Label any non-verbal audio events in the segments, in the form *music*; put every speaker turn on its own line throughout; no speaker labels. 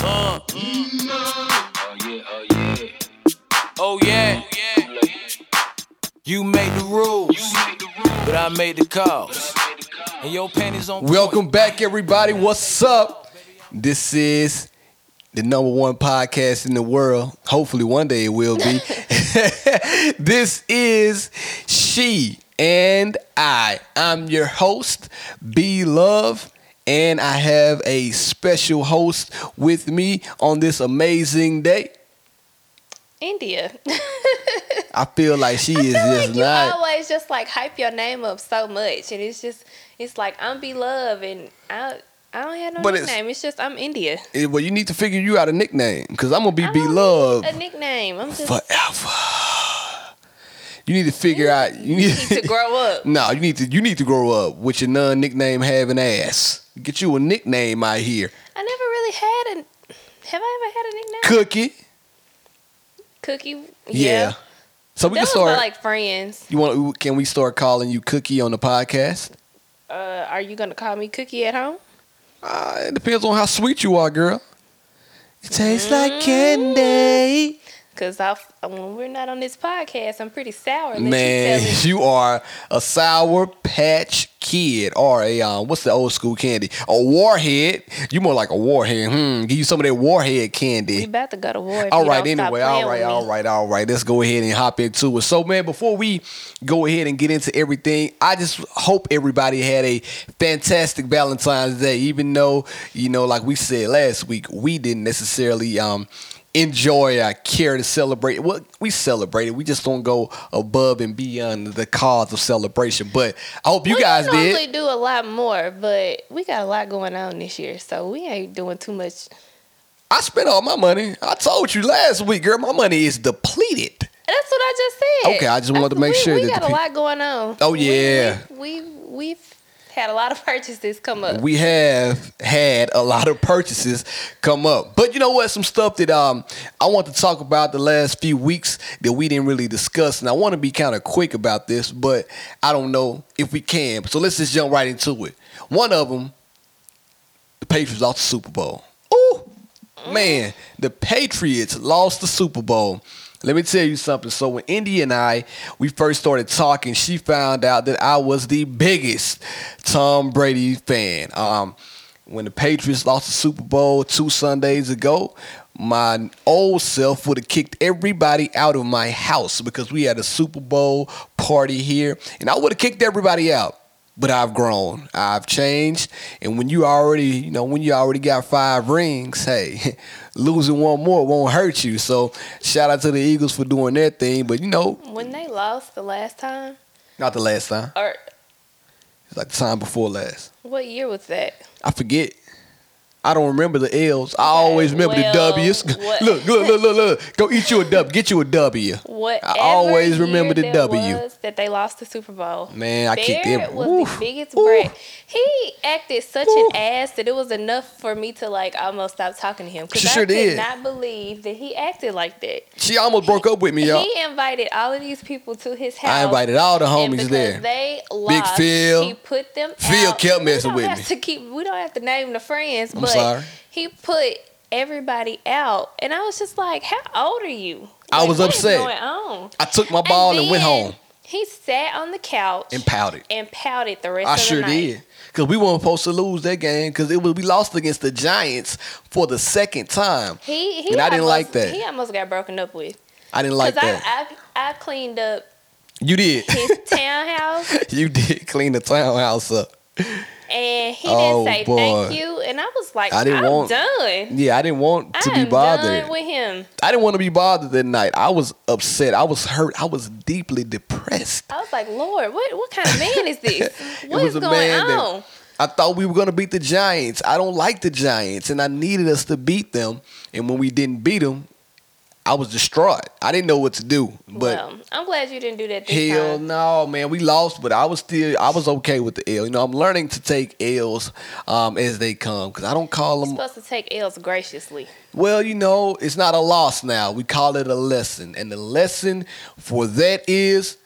Oh, Oh yeah. You made the rules, but I made the calls. And your panties on.
Welcome back, everybody. What's up? This is the number one podcast in the world. Hopefully, one day it will be. *laughs* this is She and I. I'm your host, B Love, and I have a special host with me on this amazing day.
India. *laughs*
I feel like she is
I feel
just
like you
not.
always just like hype your name up so much, and it's just it's like I'm beloved, and I I don't have no
But it's-
nickname. It's, just I'm India.
Eh, Well, you need to figure you out a nickname because I'm gonna be
I
B
don't
Love
need A nickname. I'm just
forever. You need to figure out. You
you
need
need
*laughs*
to grow up.
No, you need to you need to grow up with your nun nickname having ass. Get you a nickname out here.
I never really had a. Have I ever had a nickname?
Cookie.
Cookie.
Yeah. So we
that
can
was my
start.
like friends.
you want? Can we start calling you Cookie on the podcast?
Uh, are you gonna call me Cookie at home?
Uh, it depends on how sweet you are, girl. It tastes
Mm.
like candy.
Cause I uh, when we're not on this podcast, I'm pretty sour. unless you
Man,
tell me-
you are a sour patch kid or a um, what's the old school candy? A warhead. You more like a warhead. Hmm. Give you some of that warhead candy.
we about to go to war. If
All
you
right,
don't stop
anyway,
playing
all right,
with me.
all right, all right. Let's go ahead and hop into it. So, man, before we go ahead and get into everything, I just hope everybody had a fantastic Valentine's Day, even though, you know, like we said last week, we didn't necessarily um enjoy or care to celebrate. Well, we celebrated. We just don't go above and beyond the cause of celebration. But I hope you
we
guys
normally
did.
do a lot more, but we got a lot going on this year, so we ain't doing too much.
I spent all my money. I told you last week, girl, my money is depleted.
That's what I just said.
Okay, I just wanted to make
we,
sure
we
that
got
the
a
peop-
lot going on.
Oh,
We-
yeah.
we, we we've had a lot of *laughs* purchases come up.
we have had a lot of purchases come up. But you know what? Some stuff that um I want to talk about the last few weeks that we didn't really discuss, and I want to be kind of quick about this, but I don't know if we can. So let's just jump right into it. One of them, the Patriots lost the Super Bowl. Ooh, man, the Patriots lost the Super Bowl. Let me tell you something. So when Indy and I we first started talking, she found out that I was the biggest Tom Brady fan. Um, when the Patriots lost the Super Bowl two Sundays ago, my old self would have kicked everybody out of my house because we had a Super Bowl party here, and I would have kicked everybody out but I've grown. I've changed. And when you already, you know, when you already got five rings, hey, *laughs* losing one more won't hurt you. So shout out to the Eagles for doing their thing. But you know,
when they lost the last time,
not the last time.
or
It's like the time before last.
what year was that?
I forget. I don't remember the L's. I always remember
well,
the W's. *laughs*
what-
Look, look, look, look, look. Go eat you a W. Get you a W.
What
always remember the
that
W.
was that they lost the Super Bowl.
Man, I kicked
Barrett
him.
was
Oof.
the biggest
Oof.
brat. He acted such
Oof.
an ass that it was enough for me to like almost stop talking to him because
She
I
sure
could
did.
not believe that he acted like that.
She almost broke up with me, y'all.
He invited all of these people to his house.
I invited all the
and
homies
because
there.
They lost,
Phil.
He put them.
Phil
out.
kept messing
we don't
with
have
me.
To keep, we don't have to name the friends,
I'm
but
sorry.
he put everybody out, and I was just like, "How old are you?"
I
Like,
was
what is
upset.
going on?
I took my ball and, went
then
home
He sat on the couch
and pouted.
and pouted the rest
I
of the
sure
night.
did. Cause we weren't supposed to lose that game because it was we lost against the Giants for the second time.
He, he
And I didn't
almost-
like that.
He almost got broken up with.
I didn't like
Because
that.
I, I, I cleaned up
you
*laughs*
did.
his
*laughs*
townhouse.
you did clean the townhouse up.
And he
Oh,
didn't say
boy.
thank you. And I was like,
I
I
didn't
am
want
done.
Yeah, I didn't want to
I
be
am
bothered.
done with him.
I didn't want to be bothered that night. I was upset. I was hurt. I was deeply depressed.
I was like, Lord, what what kind of man is this?
*laughs* It
What
was
is
a
going
man that-
on?
I thought we were gonna beat the Giants. I don't like the Giants, and I needed us to beat them. And when we didn't beat them, I was distraught. I didn't know what to do. But
well, I'm glad you didn't do that this
Hell
time.
no, man. We lost, but I was still I was okay with the L. You know, I'm learning to take L's um, as they come because I don't call
You're
them.
supposed to take L's graciously.
Well, you know, it's not a loss now. We call it a lesson, and the lesson for that is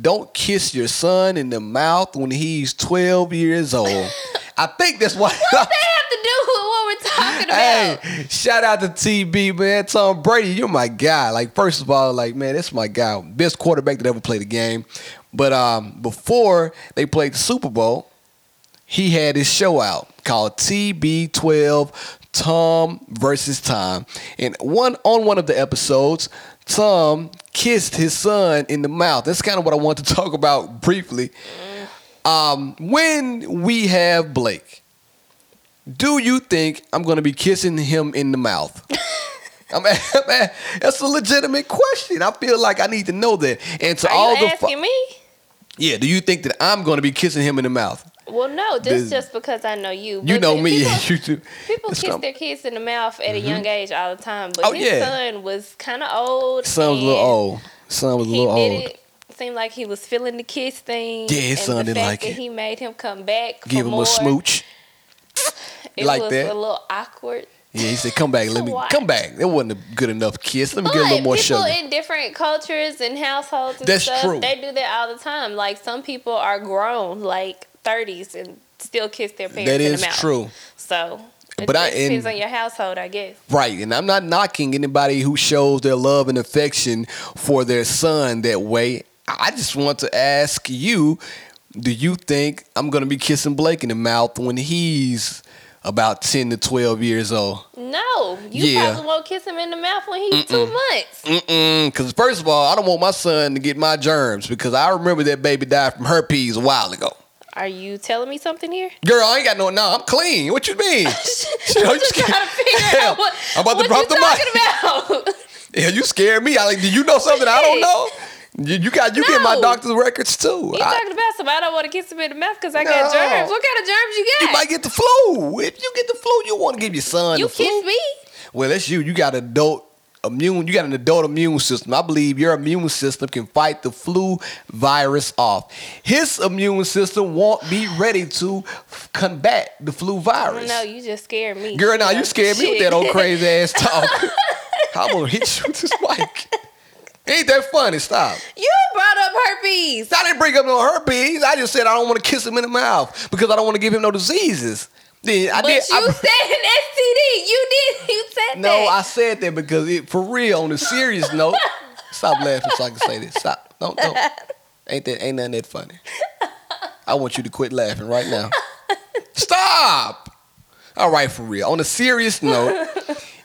don't kiss your son in the mouth when he's 12 years old. I think that's why.
They have to do with *laughs* what we're talking talking about?
Hey, shout out to TB, man. Tom Brady, you're my guy. Like, first of all, like, man, that's my guy. Best quarterback that ever played the game. But um, before they played the Super Bowl, he had his show out called TB12 Tom versus Time. And one on one of the episodes, Tom kissed his son in the mouth. That's kind of what I want to *laughs* talk about briefly. Um, when we have Blake, do you think I'm going to be kissing him in the
*laughs*
mouth? I'm, I'm- that's a legitimate question. I feel like I need to know that. And to
Are
all
you
the
asking me?
yeah, do you think that I'm going to be kissing him in the mouth?
Well, no,
This-
just just because I know you.
You
But
know me,
people-
yeah, *laughs* you do.
People
It's
kiss
com-
their kids in the mouth at a young age all the time, but
Oh,
his
yeah.
son was kind of old.
Son was a little
and
old. Son was a
He
little
did
old.
it. Seemed like he was feeling the kiss thing.
Yeah, his
and
son
the
didn't
fact
like
that
it.
He made him come back. For
Give him
more,
a smooch.
It
like
was
that.
a little awkward.
Yeah, he said, "Come back, let me
*laughs* Why?
come back." It wasn't a good enough kiss. Let me
But
get a little more
people
sugar.
in different cultures and households and
That's
stuff,
true.
they do that all the time. Like some people are grown, like thirties, and still kiss their parents.
That
in
is
the mouth.
true,
So, it
But I-
just depends
and-
on your household, I guess.
right? And I'm not knocking anybody who shows their love and affection for their son that way. I just want to ask you: Do you think I'm going to be kissing Blake in the mouth when he's about ten to twelve years old?
No, you
Yeah.
probably won't kiss him in the mouth when he's two months.
Mm-mm. Because first of all, I don't want my son to get my germs because I remember that baby died from herpes a while ago.
Are you telling me something here?
Girl, I ain't got no. Nah, I'm clean. What you *laughs*
*laughs*
mean? You know,
I'm
you
just
scared-
trying to figure
Hell,
out what,
*laughs* I'm about
what
to drop
you
the mic.
talking
*laughs*
about.
Yeah, you scared me. I like. Do you know something I don't know?
*laughs*
You, you got. You get my
No.
doctor's records too.
you
I-
talking about something. I don't want to kiss him in the mouth because I
No.
got germs. What kind of germs you got?
you might get the flu. If you get the flu, you want to give your son
You
the flu.
kiss me?
Well, that's you. You got adult immune. You got an adult immune system. I believe your immune system can fight the flu virus off. His immune system won't be ready to combat the flu virus.
No, you just scared me.
Girl, now you scared me with that old crazy ass
*laughs*
talk. I'm gonna hit you with this mic. Ain't that funny? Stop.
*laughs* You brought up herpes.
I didn't bring up no herpes. I just said I don't want to kiss him in the mouth because I don't want to give him no diseases. Then I
but
did.
you
I-
said *laughs* an STD. You did. *laughs* You said
No, I
that.
said that because it for real. On a
*laughs*
serious note, stop laughing so I can say this. Stop. Don't. don't. Ain't that? Ain't nothing that funny. I want you to quit laughing right
*laughs*
now. Stop. All right, for real. On a serious note,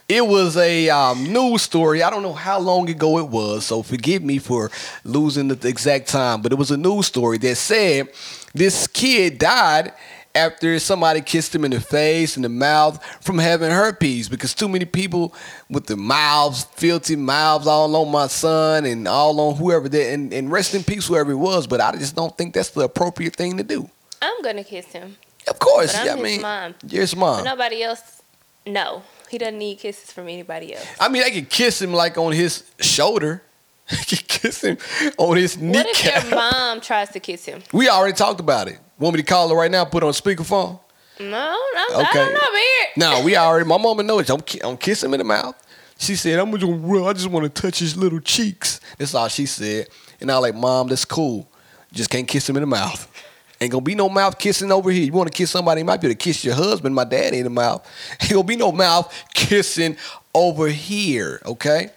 it was a um, news story. I don't know how long ago it was, so forgive me for losing the exact time. But it was a news story that said this kid died after somebody kissed him in the face and the mouth from having herpes because too many people with the mouths, filthy mouths all on my son and all on whoever that and, and rest in peace whoever it was, but I just don't think that's the appropriate thing to do.
I'm going to kiss him.
Of course,
But I'm
yeah, I
his
mean,
mom.
you're his mom.
But nobody else, no. He doesn't need kisses from anybody else.
I mean, I could kiss him like on his shoulder. *laughs* I could kiss him on his
What if
kneecap.
your mom tries to kiss him?
we already talked about it. Want me to call her right now? Put her on speakerphone.
No, i I
Okay.
don't know, man.
No, we already. My mama knows. I'm, ki- I'm kissing him in the mouth. She said, "I'm just. Well, I just want to touch his little cheeks." That's all she said. And I like, "Mom, that's cool. Just can't kiss him in the mouth. Ain't gonna be no mouth kissing over here. You want to kiss somebody? You might be able to kiss your husband, my daddy, in the mouth. *laughs* Ain't gonna be no mouth kissing over here. Okay."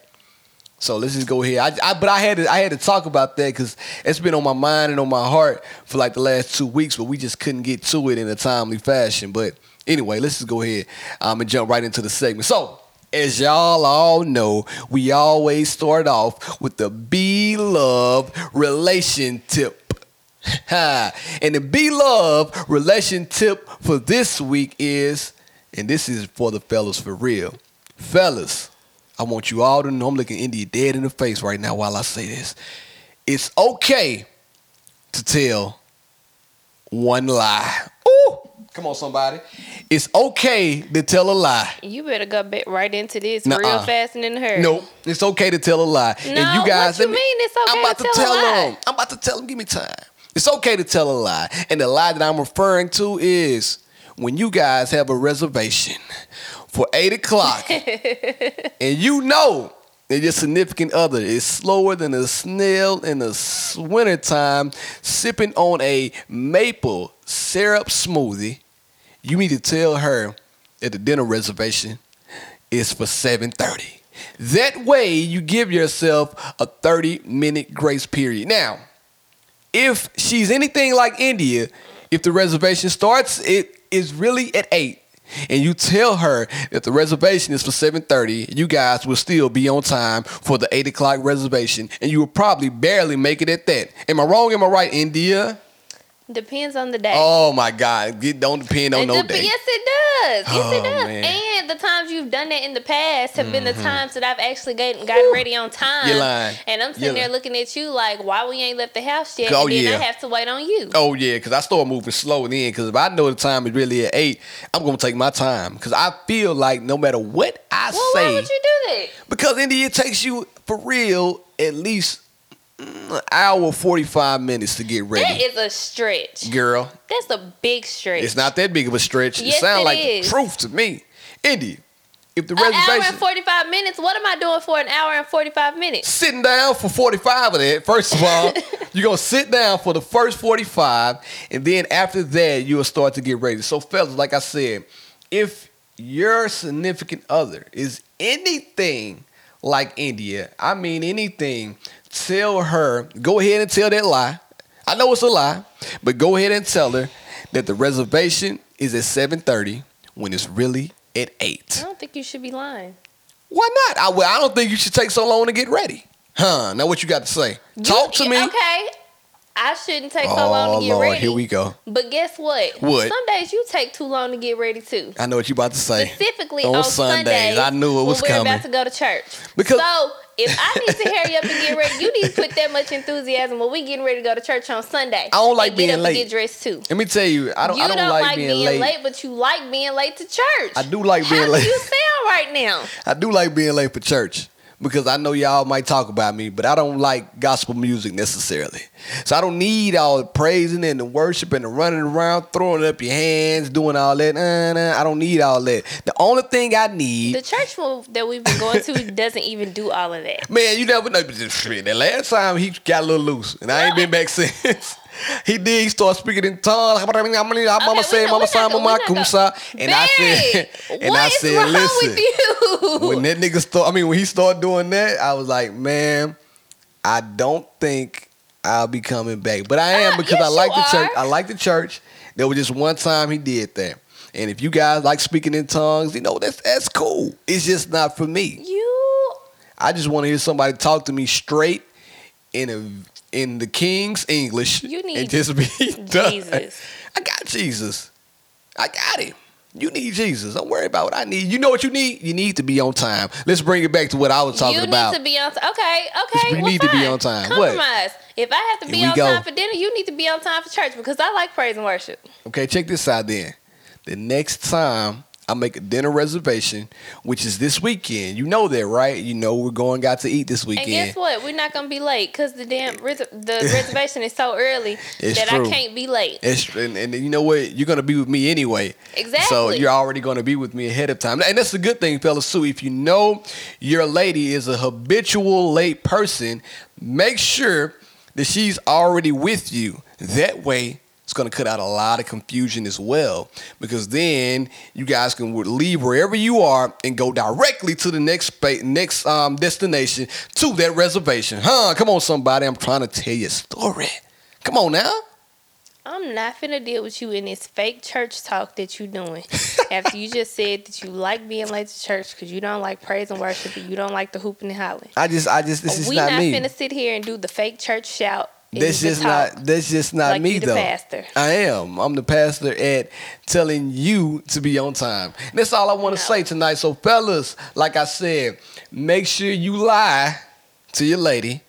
So let's just go here. I, I but I had to I had to talk about that because it's been on my mind and on my heart for like the last two weeks, but we just couldn't get to it in a timely fashion. But anyway, let's just go ahead um, and jump right into the segment. So as y'all all know, we always start off with the be love relationship. *laughs* Ha. and the be love relationship for this week is, and this is for the fellas for real, fellas. I want you all to know I'm looking India dead in the face right now while I say this. It's okay to tell one lie. Ooh, come on, somebody. It's okay to tell a lie.
You better go ba- right into this
Nuh-uh.
real fast and in a hurry.
No, it's okay to tell a lie.
No,
and you guys,
what
let
you
me-
mean it's okay
I'm about
to
to,
tell
tell,
a lie?
them. I'm about to tell them. Give me time. It's okay to tell a lie, and the lie that I'm referring to is when you guys have a reservation for eight
*laughs*
o'clock, and you know. that your significant other is slower than a snail in the s- wintertime sipping on a maple syrup smoothie. You need to tell her at the dinner reservation is for 7:30. That way you give yourself a 30 minute grace period. Now, if she's anything like India, if the reservation starts, it is really at 8 and you tell her that the reservation is for 7.30 you guys will still be on time for the 8 o'clock reservation and you will probably barely make it at that am i wrong am i right india
Depends on the day.
oh my god it don't depend on
It
no
dep-
day
Yes, it does. Yes,
Oh,
it does.
man. Mm-hmm.
And the times you've done that in the past have been the times that I've actually gotten, gotten ready on time.
You're lying.
And I'm
You're
sitting there
lying.
looking at you like, why we ain't left the house yet?
Oh,
and then
yeah.
I have to wait on you.
Oh yeah, because I start moving slow then. Because if I know the time is really at eight, I'm gonna take my time. Because I feel like no matter what I
well,
say,
why would you do that?
Because India it takes you for real at least mm, an hour forty five minutes to get
That
ready,
is a stretch.
girl.
That's a big stretch.
It's not that big of a stretch.
Yes,
it sounds
it
like the
is.
truth to me, India. If the
an Uh, hour
reservation
and 45 minutes. What am I doing for an hour and 45 minutes?
sitting down for 45 of that. First of all, you're gonna sit down for the first 45, and then after that, you'll start to get ready. So, fellas, like I said, if your significant other is anything like India, I mean anything, tell her, go ahead and tell that lie. I know it's a lie, but go ahead and tell her that the reservation is at 7:30 when it's really at 8.
I don't think you should be lying.
Why not? I, well, I don't think you should take so long to get ready. Huh? Now what you got to say? Talk to
You-
me.
Okay. I shouldn't take so
Oh
long to get
Lord,
ready.
here we go.
But guess what?
What?
Some days you take too long to get ready too.
I know what you about to say.
Specifically
On
on,
Sundays.
Sundays,
I knew it was
when we're
coming.
about to go to church.
Because-
so if I need to hurry up and get ready, you need to put that much enthusiasm when we getting ready to go to church on Sunday.
I don't like
and
being
get up
late.
And get dressed too.
Let me tell you, I don't.
you
I don't, like, being, late.
but you like being late to church.
I do like being
How
late.
do you sound right now?
I do like being late for church because I know y'all might talk about me, but I don't like gospel music necessarily. So I don't need all the praising and the worship and the running around, throwing up your hands, doing all that. Nah, nah, I don't need all that. The only thing I need *laughs*
The church move that we've been going to doesn't even do all of that.
Man, you never know. That last time he got a little loose, and I ain't been back *laughs* since. He did. He started speaking in tongues. I'm
Okay,
mama say,
we not-
mama
we
say,
not
mama
go- we not go-
kusa, and I said,
Barry,
*laughs* and I
what is
said,
wrong
listen.
with you?
When that nigga start, I mean, when he started doing that, I was like, man, I don't think I'll be coming back. But I am
Ah,
because
yes,
I like
you
the church.
are.
I like the church. There was just one time he did that. And if you guys like speaking in tongues, you know that's that's cool. It's just not for me. *laughs*
you
I just want to hear somebody talk to me straight in a in the King's English.
You need
and just be *laughs* done.
Jesus.
I got Jesus. I got him. You need Jesus. Don't worry about what I need. You know what you need. You need to be on time. Let's bring it back to what I was talking
you
about.
need to be on time. Okay, okay.
You
well,
need to be
fine.
on time. What?
Compromise. If I have to be
Here we
on
go.
time for dinner, you need to be on time for church because I like praise and worship.
Okay, check this out then. The next time I make a dinner reservation, which is this weekend, you know that, right? You know we're going out to eat this
And
weekend.
guess what? We're not gonna be late because the damn
*laughs*
res- the reservation is so early
It's
that
true.
I can't be late.
It's, and, and you know what? You're gonna be with me anyway. So
Exactly.
you're already gonna be with me ahead of time, and that's a good thing, fellas. Too, if you know your lady is a habitual late person, make sure that she's already with you. That way, it's gonna cut out a lot of confusion as well, because then you guys can w- leave wherever you are and go directly to the next spa- next um, destination to that reservation. Huh? Come on, somebody! I'm trying to tell you a story. Come on now.
I'm not finna deal with you in this fake church talk that
*laughs*
you doing. After you just said that you like being late to church because you don't like praise and worship and you don't like the hooping and hollering.
I just, I just, this is
we
not, me.
finna sit here and do the fake church shout. and
That's
the
just
talk
not, that's just not
like
me
you the
though.
pastor.
I am. I'm the pastor at telling you to be on time. And that's all I want to
No.
say tonight. So, fellas, like I said, make sure you lie to your lady,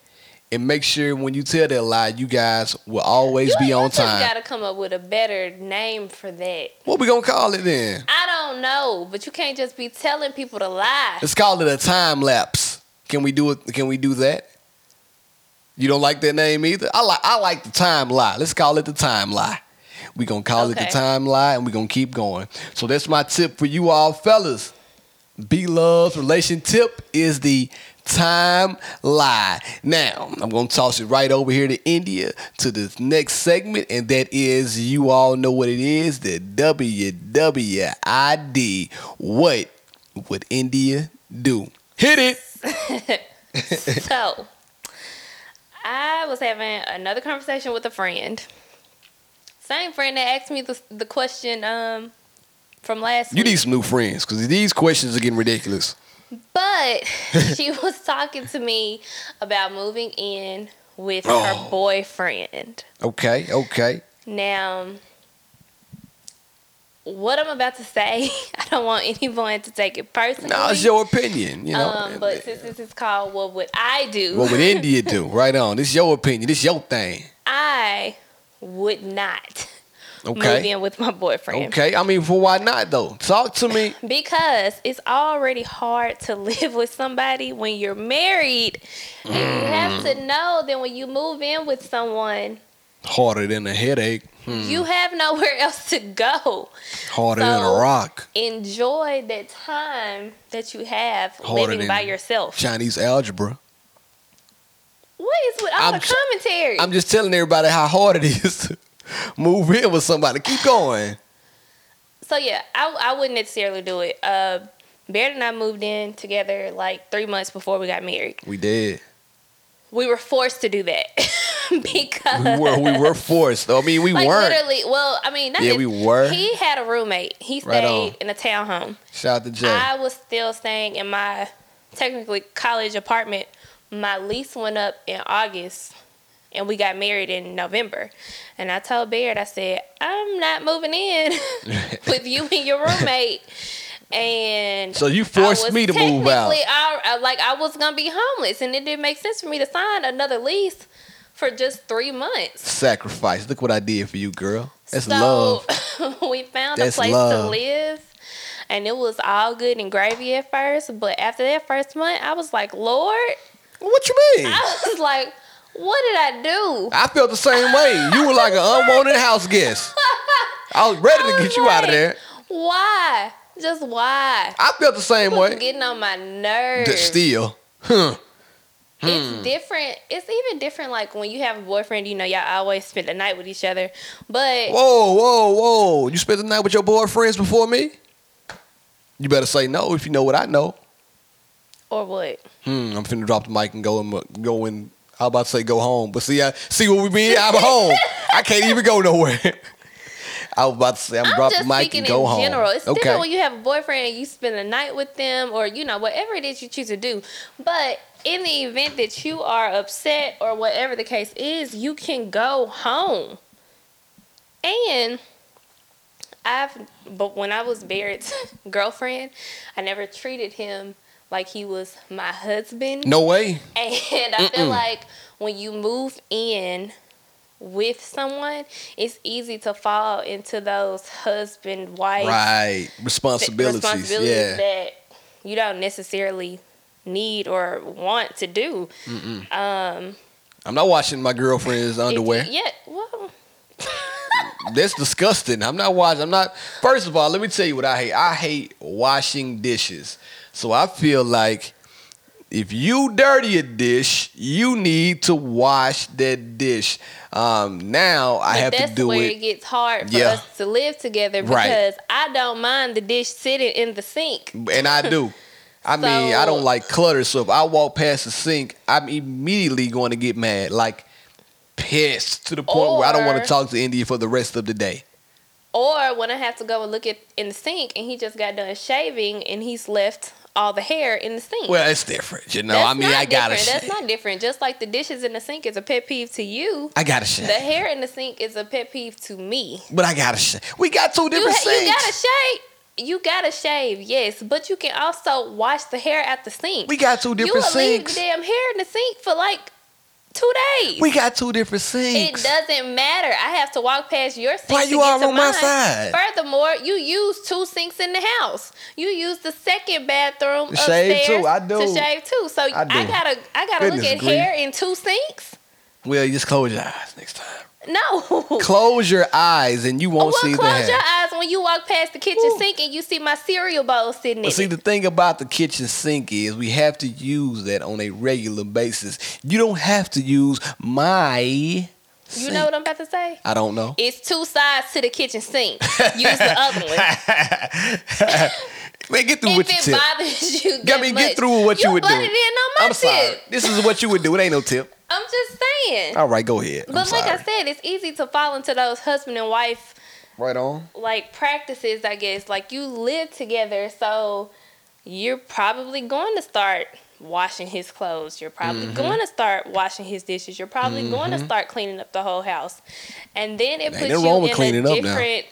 and make sure when you tell that lie, you guys will always
You-
be
you
on
just
time.
gotta come up with a better name for that.
What we gonna call it then?
I don't know, but you can't just be telling people to lie.
Let's call it a time lapse. Can we do it? Can we do that? You don't like that name either. I like I like the time lie. Let's call it the time lie. We gonna call it
Okay.
the time lie, and we gonna keep going. So that's my tip for you all, fellas. B Love's relation tip is the time lie. Now, I'm going to toss it right over here to India to the next segment, and that is you all know what it is the WWID. What would India do? Hit it. *laughs*
so I was having another conversation with a friend. Same friend that asked me the, the question um, from last
You
week.
need some new friends because these questions are getting ridiculous. *laughs*
But she was talking to me about moving in with
Oh.
her boyfriend.
Okay, okay.
Now, what I'm about to say, *laughs* I don't want anyone to take it personally.
Now it's your opinion, you know.
um, but since this is called "What Would I Do,"
what would India do? Right on. This your opinion. This your thing.
*laughs* I would not move
Okay.
in with my boyfriend
Okay. I mean, for why not though? Talk to
*laughs*
me.
because it's already hard to *laughs* live with somebody when you're married. And you have
Mm.
to know that when you move in with someone,
Harder than a headache.
you have nowhere *laughs* else to go.
Harder than a
So-
rock.
Enjoy that time that you have
Harder
living
than-
by yourself.
Chinese algebra.
What is with all
I'm
the
s-
commentary?
I'm just telling everybody how hard it is to *laughs* move in with somebody. Keep going.
so yeah, I, I wouldn't necessarily do it. Uh, Baird and I moved in together like three months before we got married.
We did.
We were forced to do that *laughs* because
We were we
*laughs*
were forced. I mean, we
like
weren't.
literally. Well, I mean, not
Yeah,
that-
we were.
He had a roommate. He stayed
Right on.
in a townhome.
Shout out to Jay.
I was still staying in my technically college apartment. My lease went up in August and we got married in November. And I told Baird, I said, I'm not moving in *laughs* with you and your roommate. And
So you forced
I was
me to move out.
technically al- I, like I was gonna be homeless, and it didn't make sense for me to sign another lease for just three months.
Sacrifice. Look what I did for you, girl. That's
so
love.
*laughs* we found
That's
a place
love.
to live, and it was all good and gravy at first. But after that first month, I was like, Lord, *laughs*
What you mean?
I was like, what did I do? *laughs*
I felt the same way. You were like an unwanted house guest. I was ready to get you out of there.
Why? Just why?
I felt the same
It was
way.
getting on my nerves.
D- Still, huh? hmm.
It's different. It's even different. Like when you have a boyfriend, you know, y'all always spend the night with each other. But
Whoa, whoa, whoa! You spent the night with your boyfriends before me. You better say no if you know what I know.
or what?
Hmm, I'm finna drop the mic and go and go and I was about to say go home, but see, I see what we mean. I'm home. I can't even go nowhere. *laughs* I was about to say I'm,
I'm
drop
just
the mic
speaking
and go
in
home.
general. It's
okay.
different when you have a boyfriend and you spend the night with them, or you know, whatever it is you choose to do. But in the event that you are upset or whatever the case is, you can go home. And I've, but when I was Barrett's *laughs* girlfriend, I never treated him like he was my husband.
no way.
And I feel like when you move in with someone, it's easy to fall into those husband wife
Right.
th-
Responsibilities.
responsibilities
yeah.
that you don't necessarily need or want to do. Um,
I'm not washing my girlfriend's
if you-
underwear.
yeah. Well,
That's disgusting. I'm not washing. I'm not. First of all, let me tell you what I hate. I hate washing dishes. So I feel like if you dirty a dish, you need to wash that dish. Um, now I
but
have
that's
to do
where it.
it.
gets hard for
Yeah.
us to live together
Right.
because I don't mind the dish sitting in the sink.
and I do. I mean, I don't
*laughs* So-
like clutter. So if I walk past the sink, I'm immediately going to get mad, like pissed to the point where I don't want
Or-
to talk to India for the rest of the day.
Or when I have to go and look at in the sink and he just got done shaving and he's left all the hair in the sink.
Well, it's different, you know.
That's
I mean,
not
I gotta,
different.
sh-
That's not different. Just like the dishes in the sink is a pet peeve to you,
I gotta shake,
the hair in the sink is a pet peeve to me.
but I gotta shake. We got two
You,
different
ha- you
sinks.
gotta shave. You gotta shave, yes, but you can also wash the hair at the sink.
we got two
you will
different
leave the
sinks.
damn hair in the sink for like two days.
We got two different
It
sinks.
doesn't matter. I have to walk past your sink.
Why
to
you
get
all
to
on my
mine.
side?
Furthermore, you use two sinks in the house. You use the second bathroom
To shave,
upstairs
too. I
to
do.
shave too. So I,
do.
gotta I gotta
Goodness
look at
grief.
hair in two sinks.
Well, you just close your eyes next time.
*laughs* No.
Close your eyes and you won't
well,
see
close
the hat.
your eyes when you walk past the kitchen
Ooh.
sink and you see my cereal bowl sitting in
But see,
it.
the thing about the kitchen sink is we have to use that on a regular basis. You don't have to use my.
You
sink.
know what I'm about to say?
I don't know.
It's two sides to the kitchen sink. Use the other
*laughs*
one.
Man, get through
if
with your
it
tip.
bothers you,
I
that
mean,
much,
get through with what you, would do.
butted in on my
I'm
tip.
sorry. This is what you would do. It ain't no tip.
I'm just saying.
All right, go ahead. I'm
but like
sorry.
I said, it's easy to fall into those husband and wife
right on.
like practices. I guess like you live together, so you're probably going to start washing his clothes. You're probably
Mm-hmm.
going to start washing his dishes. You're probably going to start cleaning up the whole house, and then it
Ain't
puts
nothing wrong with
you
cleaning
in a
up now.
different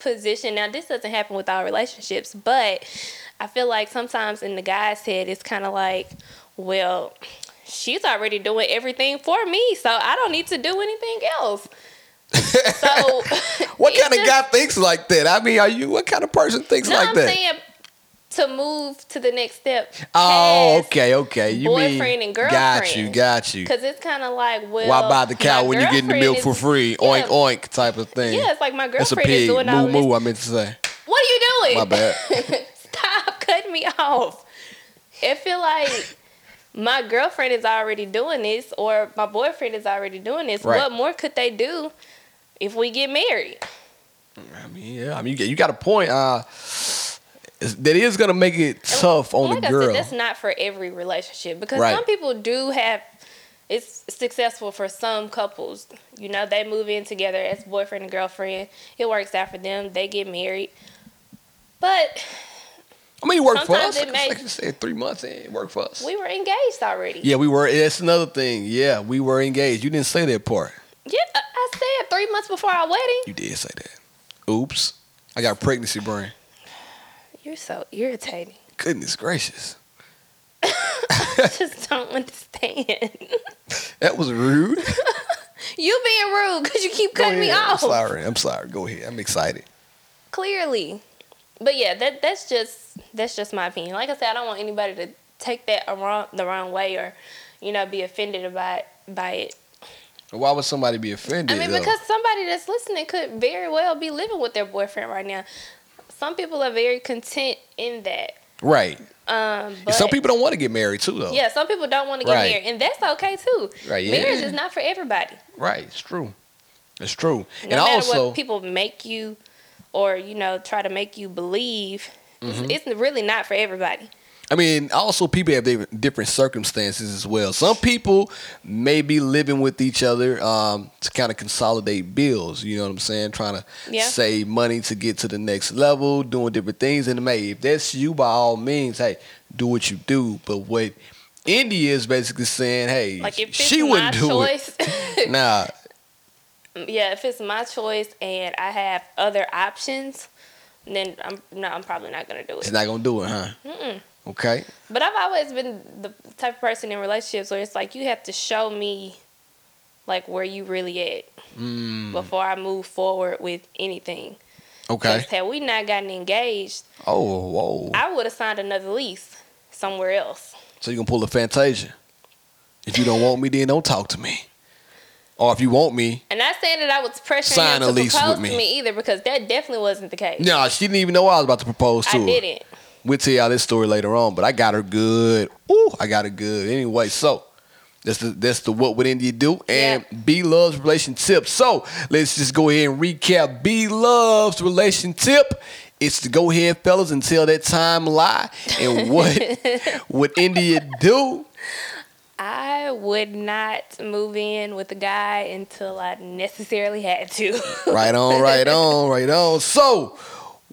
position. Now this doesn't happen with all relationships, but I feel like sometimes in the guy's head, it's kind of like, well, she's already doing everything for me, so I don't need to do anything
*laughs*
else. so *laughs*
What
it's
kind of
just-
guy thinks like that? I mean, are you? What kind of person thinks
No,
like
I'm
that?
saying to move to the next step.
oh,
past
okay, okay. You
boyfriend
mean
and
got you,
girlfriend.
got you.
Cause it's kind of like, well,
Why buy the cow
my
when you're getting the
girlfriend
milk
is-
for free?
Yeah.
Oink oink type of thing.
Yeah, it's like my
That's a
girlfriend is
pig.
doing all
Moo
this.
moo. I meant to say.
What are you doing?
My bad.
*laughs* Stop cutting me off. It feel like my girlfriend is already doing this, or my boyfriend is already doing this.
Right.
What more could they do if we get married?
I mean, yeah. I mean, you got, you got a point. Uh, it's- that is gonna make it tough on
like
the girl.
I said, that's not for every relationship because
Right.
some people do have. It's successful for some couples. You know, they move in together as boyfriend and girlfriend. It works out for them. They get married. But
I mean, it worked for
sometimes
us. Like,
it may-
you said, three months in, it worked for us.
we were engaged already.
yeah, we were. That's another thing. Yeah, we were engaged. You didn't say that part.
Yeah, I- I said three months before our wedding.
You did say that. Oops, I got pregnancy brain.
You're so
*laughs*
irritating.
Goodness gracious,
I just don't understand.
that was rude.
You being rude because you keep
Go
cutting me
ahead.
off.
I'm sorry. I'm sorry. Go ahead. I'm excited.
Clearly, but yeah, that that's just that's just my opinion. Like I said, I don't want anybody to take that a wrong, the wrong way or you know be offended by by it.
Why would somebody be offended?
I mean,
though?
because somebody that's listening could very well be living with their boyfriend right now. Some people are very content in that.
right.
Um, but
Some people don't want to get married too, though.
yeah, some people don't want to get
Right.
married, and that's okay too.
Right, yeah.
Marriage is not for everybody.
Right. It's true. It's true.
no
and
matter
also,
what people make you or you know try to make you believe
Mm-hmm.
it's, it's really not for everybody
I mean, also people have diff- different circumstances as well. Some people may be living with each other um, to kind of consolidate bills. You know what I'm saying? Trying to
Yeah.
save money to get to the next level, doing different things. And may, if that's you, by all means, hey, do what you do. But what India is basically saying, hey,
like if it's
she
my
wouldn't do
choice *laughs*
it. Nah,
yeah if it's my choice and i have other options then i'm no i'm probably not gonna do it
she's not gonna do it, huh?
Mm-mm.
Okay.
but i've always been the type of person in relationships where it's like you have to show me like where you really at
Mm,
before i move forward with anything
okay.
'Cause had we not gotten engaged
Oh, whoa.
i would have signed another lease somewhere else
So you can pull a Fantasia. If you don't want me, then don't talk to me. Or if you want me,
And not saying that I was pressuring
Sign a
him to
lease
propose
with me.
to me either, because that definitely wasn't the case.
nah, she didn't even know I was about to propose to
I
her.
didn't.
We'll tell y'all this story later on, but I got her good. Ooh, I got her good. Anyway, so that's the that's the what would India do and B loves relation tip. So let's just go ahead and recap. B loves relation tip. It's to go ahead, fellas, and tell that time lie and what would India do?
I would not move in with a guy until I necessarily had to.
right on, right on, right on. So,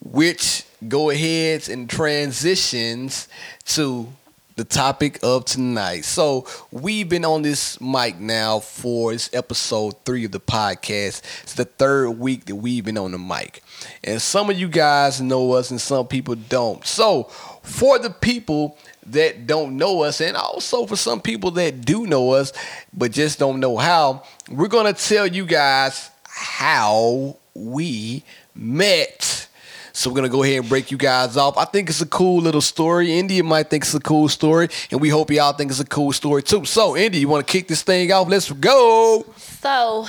which go aheads and transitions to the topic of tonight. So, we've been on this mic now for this episode three of the podcast. It's the third week that we've been on the mic. And some of you guys know us and some people don't. So, for the people that don't know us, and also for some people that do know us but just don't know how, we're going to tell you guys how we met. So we're gonna go ahead and break you guys off. I think it's a cool little story. India might think it's a cool story, and we hope y'all think it's a cool story too. So, India, you want to kick this thing off? Let's go.
*laughs* so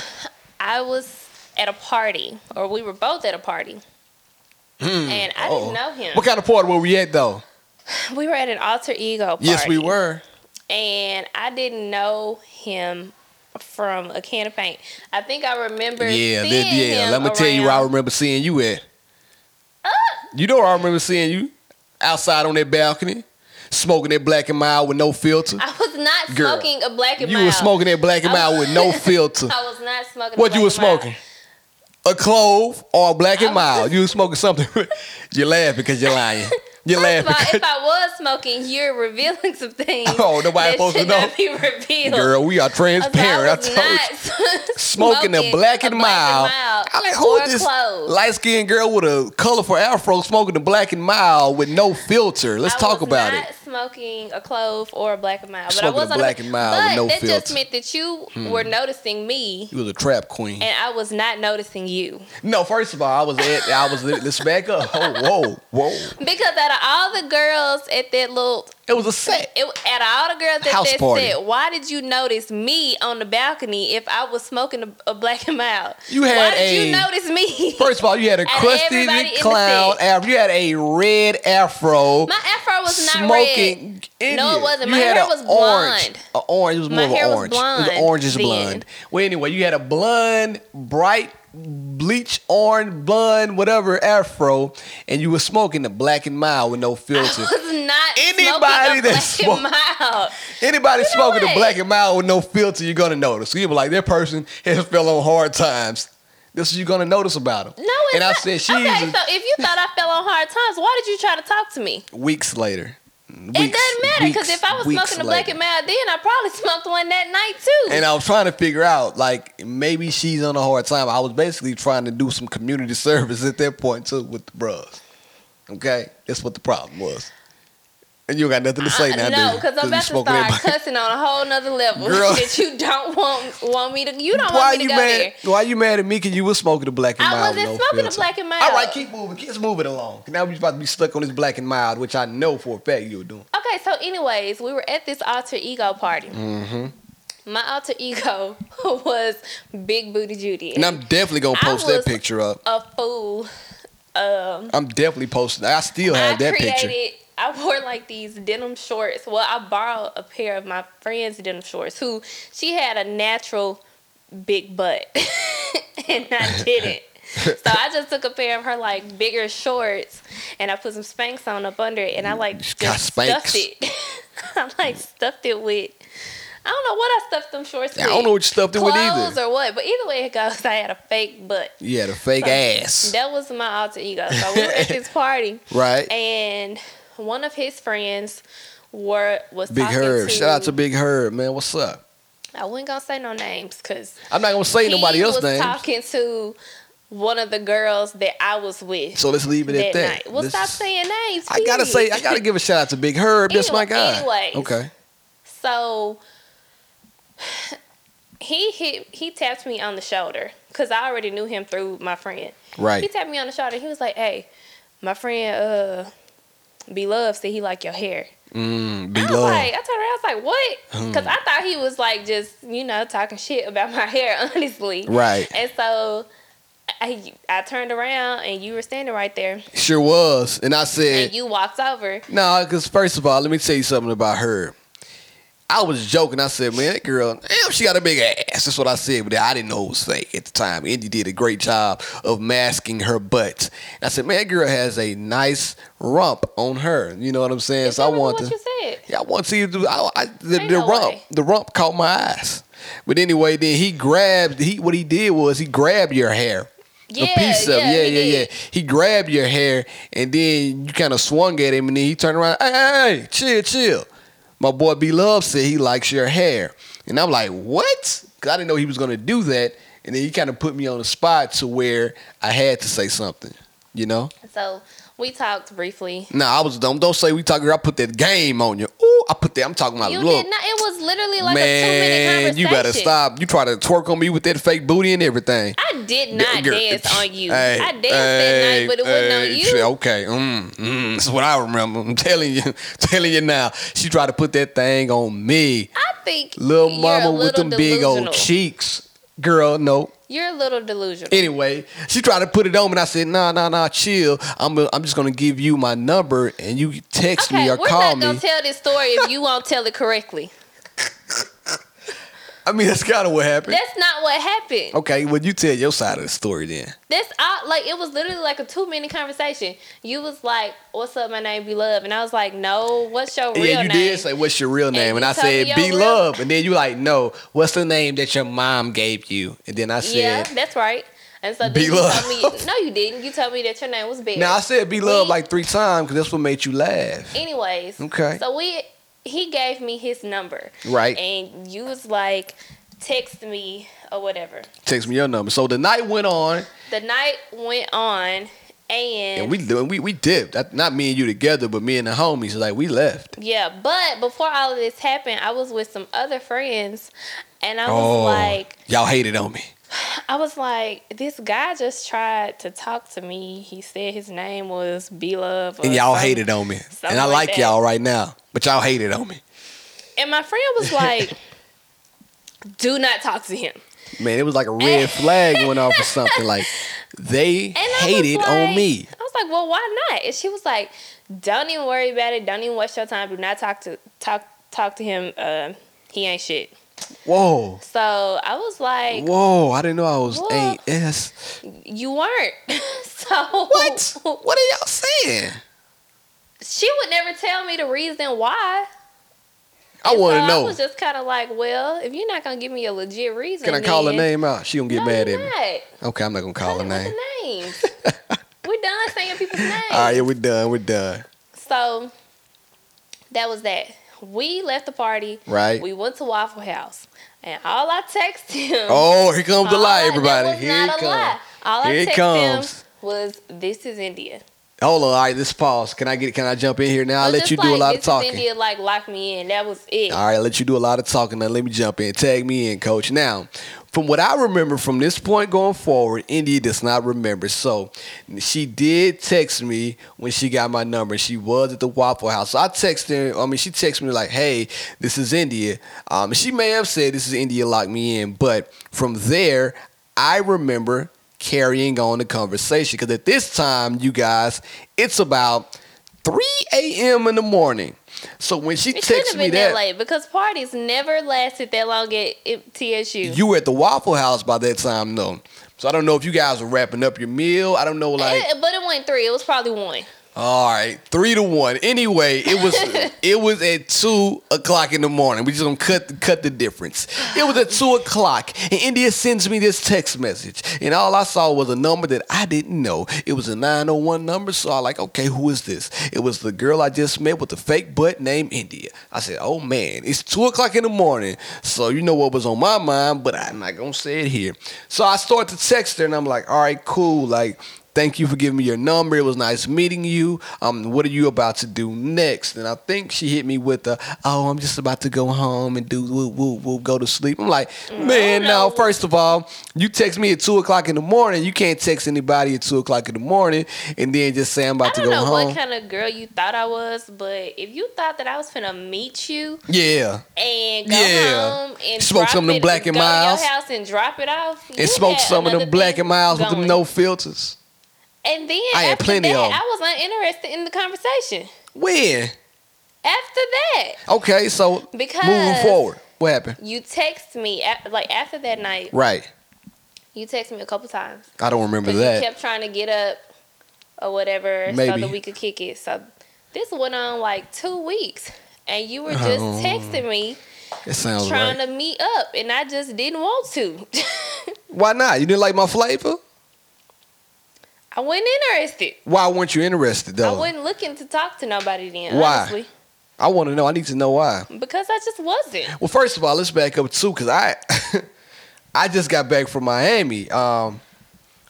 I was at a party, or we were both at a party, and I
Hmm, Uh-oh.
didn't know him.
What kind of party were we at though?
We were at an alter ego party.
Yes, we were.
and I didn't know him from a can of paint. I think I remember.
Yeah,
seeing
that- yeah.
Him
Let me tell you where I
around- Uh.
remember seeing you at. You know where I remember seeing you? Outside on that balcony, smoking that black and mild with no filter.
I was not
Girl,
smoking a black and
you
mild. Uh.
were smoking that black and
I
mild
was-
with
*laughs*
no filter.
I was not smoking. a
What you
Black
were
and Mild.
smoking? A clove or a black and
I was-
mild. You were smoking something. *laughs* you laugh because you're lying. You
*laughs* First
laugh
of all,
because
if I was smoking, you're revealing some things.
Oh, nobody
that
supposed to
should
know.
Not be
*laughs*
revealed.
girl, we are transparent. I,
was
told
*laughs*
you.
not
Smoking a black and mild. I like who
or
is this
clothes.
light skinned girl with a colorful afro smoking a black and mild with no filter? Let's
I
talk
was
about
not
it.
Smoking a clove or a black and mild, but
Smoking
I was
a
on
Black and Mild with
But
no
that
filter. Hmm.
just meant that you were noticing me,
You was a trap queen.
and I was not noticing you
No, first of all, I was at I was let's back up. Oh, whoa, whoa.
because out of all the girls at that little,
It was a set.
it, out of all the girls at
House
that
party.
set, why did you notice me on the balcony if I was smoking a, a black and mild?
You
why
had
did you
a-
notice me?
First of all, you had a
Out of
crusty
everybody in the
clown
set.
afro. You had a red afro.
*laughs* My afro was not red.
smoking. Idiot.
No, it wasn't.
You
My
had
hair
a
was
orange.
blonde.
A orange. It was more
My
of an
hair was
orange. It was
blonde
orange is
then.
blonde. Well, anyway, you had a blonde, bright, bleach orange, blonde, whatever afro, and you were smoking the black and mild with no
*laughs*
filter.
I *laughs* was not
Anybody
smoking
that
a black
smoke-
and mild.
Anybody
You know
smoking the
what?
black and mild with no filter, you're gonna notice. You'll be like, that person has fell on hard times. This is you're gonna notice about them.
No, it's
and I
not.
said, she's
okay.
a-
So if you thought I fell on hard times, why did you try to talk to me?
weeks later.
it doesn't matter because if I was smoking the black and mild, then I probably smoked one that night too.
And I was trying to figure out, like, maybe she's on a hard time. I was basically trying to do some community *laughs* service at that point too with the bros. Okay, that's what the problem was. And you got nothing to say
Uh,
now,
no,
because
because I'm about to start
*laughs*
cussing on a whole nother level
Girl.
that you don't want want me to. You don't
Why
want me
you
to go
mad?
there.
Why you mad at me? Cause you was smoking the black and
I
mild. with
wasn't
no
smoking the
filter.
black and
All right,
mild.
keep moving. Keep moving along. 'Cause Now we about to be stuck on this black and mild, which I know for a fact you were doing.
Okay, so anyways, we were at this alter ego party. Mm-hmm. My alter ego *laughs* was Big Booty Judy.
And I'm definitely gonna
I
post that
was-
picture up.
a fool. Um,
I'm definitely posting. I still
I
have that
created,
picture.
I wore like these denim shorts. Well, I borrowed a pair of my friend's denim shorts who she had a natural big butt *laughs* and I
*laughs*
didn't. so I just took a pair of her like bigger shorts and I put some Spanx on up under it and I like
She's
just
got
stuffed
Spanx.
it. *laughs* I like stuffed it with I don't know what I stuffed them shorts
I
with.
don't know what you stuffed it with
clothes
either.
or what, but either way it goes, I had a fake butt.
You had a fake
So,
ass,
That was my alter ego. So we were
*laughs*
at this party
right?
and one of his friends were was
Big
talking
Herb.
To,
Shout out to Big Herb, man. What's up?
I wasn't gonna say no names because
I'm not gonna say nobody else's
was
name.
talking to one of the girls that I was with
So let's leave it
that,
at that.
night. Well,
Let's-
stop saying names.
I gotta
please.
say, I gotta give a shout out to Big Herb. That's my
Anyway-
guy.
anyways.
Okay.
*laughs* So he hit, he tapped me on the shoulder because I already knew him through my friend. He
Right.
tapped me on the shoulder. He was like, "Hey, my friend, uh, be love said he like your hair."
Mm, be Hmm.
I was
loved.
like, I turned around, I was like, what? Because I thought he was like just, you know, talking shit about my *laughs* hair, honestly.
Right.
And so I, I turned around and you were standing right there
Sure was. And I said,
and you walked over.
no, because first of all, let me tell you something about her. I was joking. I said, man, that girl, damn, she got a big ass. That's what I said, but I didn't know it was fake at the time. Indy did a great job of masking her butt. And I said, man, that girl has a nice rump on her. You know what I'm saying? so I
Tell me
want
what
to.
you said.
Yeah, I want to see the, I, I, the,
Ain't
the
no
rump.
way.
The rump caught my eyes. But anyway, then he grabbed. He what he did was he grabbed your hair.
Yeah,
a piece of yeah,
yeah, he
yeah, yeah.
did.
He grabbed your hair and then you kind of swung at him and then he turned around. Hey, hey, hey, chill, chill. My boy B Love said he likes your hair, and I'm like, what? Because I didn't know he was gonna do that. And then he kind of put me on the spot to where I had to say something. You know.
So we talked briefly.
No, I was dumb. Don't say we talking. I put that game on you. Ooh, I put that. I'm talking about
You
look,
did not. It was literally like a two minute
man.
conversation.
You better stop. You try to twerk on me with that fake booty and everything.
I did not
Girl,
dance on you.
hey,
I danced that
hey,
night, but it
hey,
wasn't on
shit,
you.
Okay, mm, mm, that's what I remember. I'm telling you, *laughs* telling you now. She tried to put that thing on me,
I think
little
you're a
mama
little
with them big
delusional.
old cheeks. Girl, no.
You're a little delusional.
Anyway, she tried to put it on, and I said, "Nah, nah, nah, chill. I'm, i I'm just gonna give you my number, and you text
okay,
me or
we're
call
not
me."
gonna tell this story if you won't tell
*laughs*
it correctly.
I mean, that's kind of what happened.
That's not what happened.
okay, well, you tell your side of the story then.
That's all, like it was literally like a two minute conversation. You was like, "What's up? My name be Love," and I was like, "No, what's your real
yeah, you
name?"
did say, "What's your real name?" And,
you
I
told me
said,
your
"Be
real-
Love," and then you like, "No, what's the name that your mom gave you?" And then I
yeah,
said,
that's right. And so
Be
then you told
Love.
me, *laughs* no, you didn't. You told me that your name was Bear.
"Now I said Be Love
We-
like three times because that's what made you laugh."
Anyways,
Okay.
So we, he gave me his number,
Right.
And you was like, text me or whatever.
Text me your number. So the night went on,
The night went on, and,
and we we we dipped. That- Not me and you together, but me and the homies. Like we left.
yeah. But before all of this happened, I was with some other friends, and I was
Oh.
like,
y'all hated on me.
I was like, this guy just tried to talk to me. He said his name was B Love, or
and y'all
some-
hated on me.
something
And I
like
like,
that.
y'all right now, but y'all hated on me.
And my friend
*laughs*
was like, do not talk to him.
Man, it was like a red
*laughs*
flag went off or something. Like they
And I was
hated on
like-
me.
I was like, "Well, why not?" And she was like, "Don't even worry about it. Don't even waste your time. Do not talk to talk talk to him. Uh, he ain't shit."
Whoa,
So I was like,
whoa! I didn't know I was
What?
eight S.
"You weren't." *laughs* so
What?
*laughs*
what are y'all saying?
She would never tell me the reason why.
I want to
so I
know.
was just kind of like, "Well, if you're not gonna give me a legit reason,
Can I call her
then-
name out? She gonna get
No,
mad
you're
at me.
not.
Okay, I'm not gonna call her
What's
name.
the names? We're done saying people's names.
*laughs* All right, yeah, we're done. We're done.
So that was that. We left the party.
Right.
We went to Waffle House, and all I texted him.
Oh, here comes the
all
lie,
I-
everybody.
That was
here
not
it
a lie.
comes.
All I
Here it
texted
comes.
him was, "This is India."
Hold on. All right, let's pause. Can I get? Can I jump in here now? I
It was
let
just
you do a
like,
lot of
"This is
talking.
India, like lock me in. That was it.
All right, let you do a lot of talking. Now let me jump in. Tag me in, coach. Now, from what I remember from this point going forward, India does not remember. So she did text me when she got my number. She was at the Waffle House. So I texted her. I mean, she texted me like, hey, this is India. Um, she may have said this is India, lock me in. But from there, I remember carrying on the conversation. Because at this time, you guys, it's about 3 a.m. in the morning. So when she
It shouldn't
texted
have
me
been that
that,
late because parties never lasted that long at at TSU.
you were at the Waffle House by that time, though. So I don't know if you guys were wrapping up your meal. I don't know, like,
It- Eh, but it went three. It was probably one.
all right, three to one. Anyway, it was it was at two o'clock in the morning. We just gonna cut cut the difference. It was at two o'clock, and India sends me this text message, and all I saw was a number that I didn't know. It was a nine hundred one number, so I like, okay, who is this? It was the girl I just met with the fake butt named India. I said, oh man, it's two o'clock in the morning, so you know what was on my mind, but I'm not gonna say it here. So I start to text her, and I'm like, all right, cool, like. Thank you for giving me your number. It was nice meeting you. Um, what are you about to do next? And I think she hit me with the, oh, I'm just about to go home and do woo woo woo, go to sleep. I'm like, man,
no.
no. First of all, you text me at two o'clock in the morning. You can't text anybody at two o'clock in the morning and then just say I'm
I
about to
don't
go
know
home.
what kind of girl you thought I was, but if you thought that I was finna meet you
yeah,
and go
Yeah.
home and
Smoke
drop
some of them
it-
Black and
go
Miles.
to your house and drop it off, you
and smoke
had
some of
another
them black
thing
and miles with them
going.
no filters.
And then
I had
after
plenty
that,
of 'em.
I was uninterested in the conversation.
When?
After that,
Okay, so
Because-
moving forward, what happened?
you text me a- like after that night.
Right,
You text me a couple times,
I don't remember
but
that.
you kept trying to get up or whatever so
Maybe.
that we could kick it. So this went on like two weeks, and you were just
Oh.
texting me
It sounds right.
trying to meet up, and I just didn't want to. *laughs*
Why not? You didn't like my flavor?
I wasn't interested.
Why weren't you interested though?
I wasn't looking to talk to nobody then,
Why?
honestly,
I want to know. I need to know why.
because I just wasn't.
Well, first of all, let's back up too, cause I, *laughs* I just got back from Miami. Um,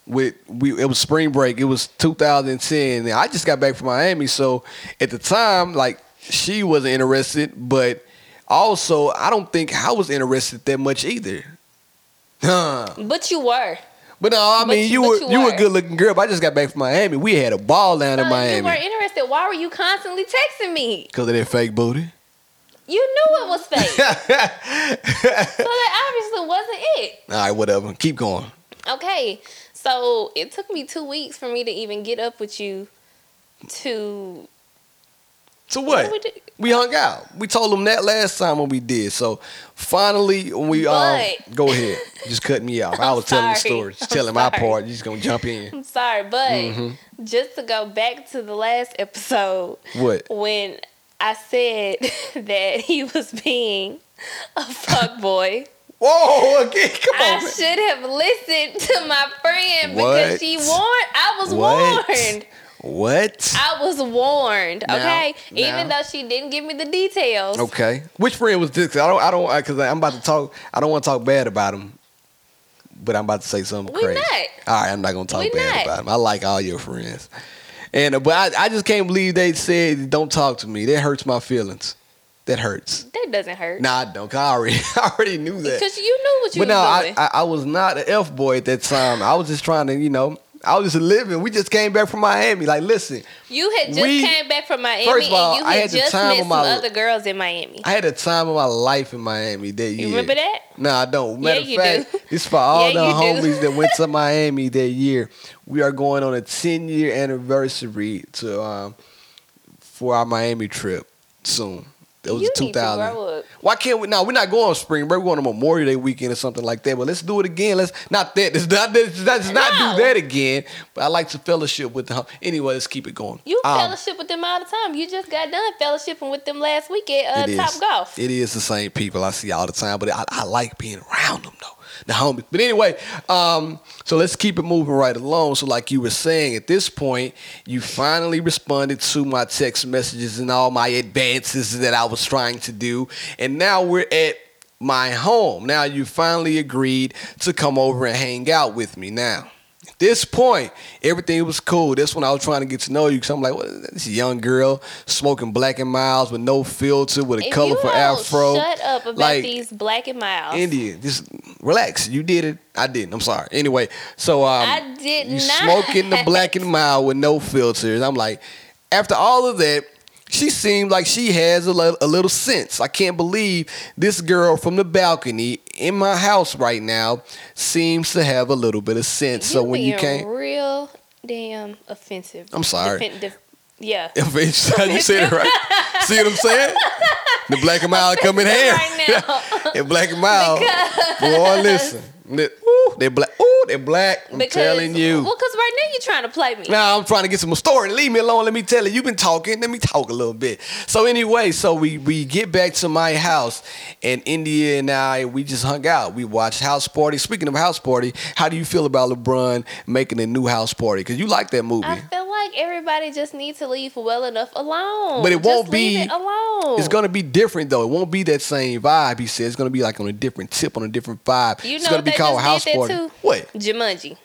with we it was spring break. It was 2010. And I just got back from Miami, so at the time, like she wasn't interested, but also I don't think I was interested that much either. Huh.
But you were.
But no, I
But
mean you,
you- but
were you
you
were
were.
a good looking girl. But I just got back from Miami. We had a ball down
So
in
if you were
Miami
interested, why were you constantly texting me?
because of that fake booty. *laughs*
You knew it was fake. so that obviously wasn't it.
All right, whatever. Keep going.
Okay. So it took me two weeks for me to even get up with you to
So what?
did we do?
We hung out. We told them that last time when we did. So finally, when we um,
But-
go ahead, just cut me off. I was telling the
sorry.
story, just
I'm
telling my
sorry.
part. You just gonna jump in.
*laughs* I'm sorry, but
Mm-hmm.
just to go back to the last episode
What?
when I said *laughs* that he was being a fuck
*laughs*
boy.
Whoa! Again, come
I
on. Oh, man.
should have listened to my friend because
What?
she warned. I was
What?
warned.
What?
I was warned.
Now-
Okay,
now.
even though she didn't give me the details.
Okay. Which friend was this? 'Cause I don't. I don't. Because I'm about to talk. I don't want to talk bad about him. But I'm about to say something
We
crazy.
not.
All right, I'm not gonna talk
We
bad
not.
about him. I like all your friends. And uh, but I, I just can't believe they said don't talk to me. That hurts my feelings. That hurts.
That doesn't hurt.
Nah, I don't. 'cause I already, *laughs* I already knew that.
Because you knew what you
But
were
no, I,
doing.
I I was not an F boy at that time. I was just trying to, you know, I was just living. We just came back from Miami. Like, listen,
you had just
we-
came back from Miami
first of all,
and you
I
had,
had the
just
time
met
of
some
my-
other girls in Miami.
I had a time of my life in Miami that year.
you remember that?
No, I don't. Matter
you
of fact,
do.
this is for all
Yeah,
the
you do.
homies that
*laughs*
went to Miami that year. We are going on a ten year anniversary to um for our Miami trip soon. It was
you
two
Need to
thousand.
grow up.
Why can't we? No, we're not going spring break. We're going to Memorial Day weekend or something like that. But let's do it again. Let's not that. Let's not, let's not, let's not do
No.
that again. But I like to fellowship with the hom- Anyway, let's keep it going.
You
Um,
fellowship with them all the time. You just got done fellowshipping with them last week at uh,
It
Top
is.
Golf.
It is the same people I see all the time, but I, I like being around them though, the homies. But anyway, um, so let's keep it moving right along. So, like you were saying, at this point, you finally responded to my text messages and all my advances that I was trying to do, and now we're at my home. Now you finally agreed to come over and hang out with me. Now. At this point, everything was cool. That's when I was trying to get to know you because I'm like, what is this young girl smoking black and miles with no filter, with a
If you
colorful
don't
afro.
Shut up about
like,
these black and miles.
India, just relax. You did it. I didn't. I'm sorry. Anyway, so um,
I did
you
not.
smoking
*laughs*
the black and mild with no filters. I'm like, after all of that, she seemed like she has a, li- a little sense. I can't believe this girl from the balcony in my house right now seems to have a little bit of sense. so when you
being
can't,
real damn offensive.
I'm sorry. *laughs*
Defen- def- yeah.
If it's- you said it right. See what I'm
*laughs*
saying? The black and mild coming here.
Right now, *laughs*
And black and mild. Boy, listen. Li- Ooh, they black. Ooh, they black. I'm
because
telling you.
well, because right now you're trying to play me.
Now I'm trying to get some story. Leave me alone. Let me tell you. You've been talking. Let me talk a little bit. So anyway, so we we get back to my house, and India and I we just hung out. We watched House Party. Speaking of House Party, how do you feel about LeBron making a new House Party? Because you like that movie.
I feel like everybody just needs to leave well enough alone.
But it
Just
won't be-
leave it alone.
It's gonna be different though. It won't be that same vibe. He said it's gonna be like on a different tip, on a different vibe.
You
it's
know
gonna
what
be
they
called
just
house
did that
party.
too?
What?
Jumanji.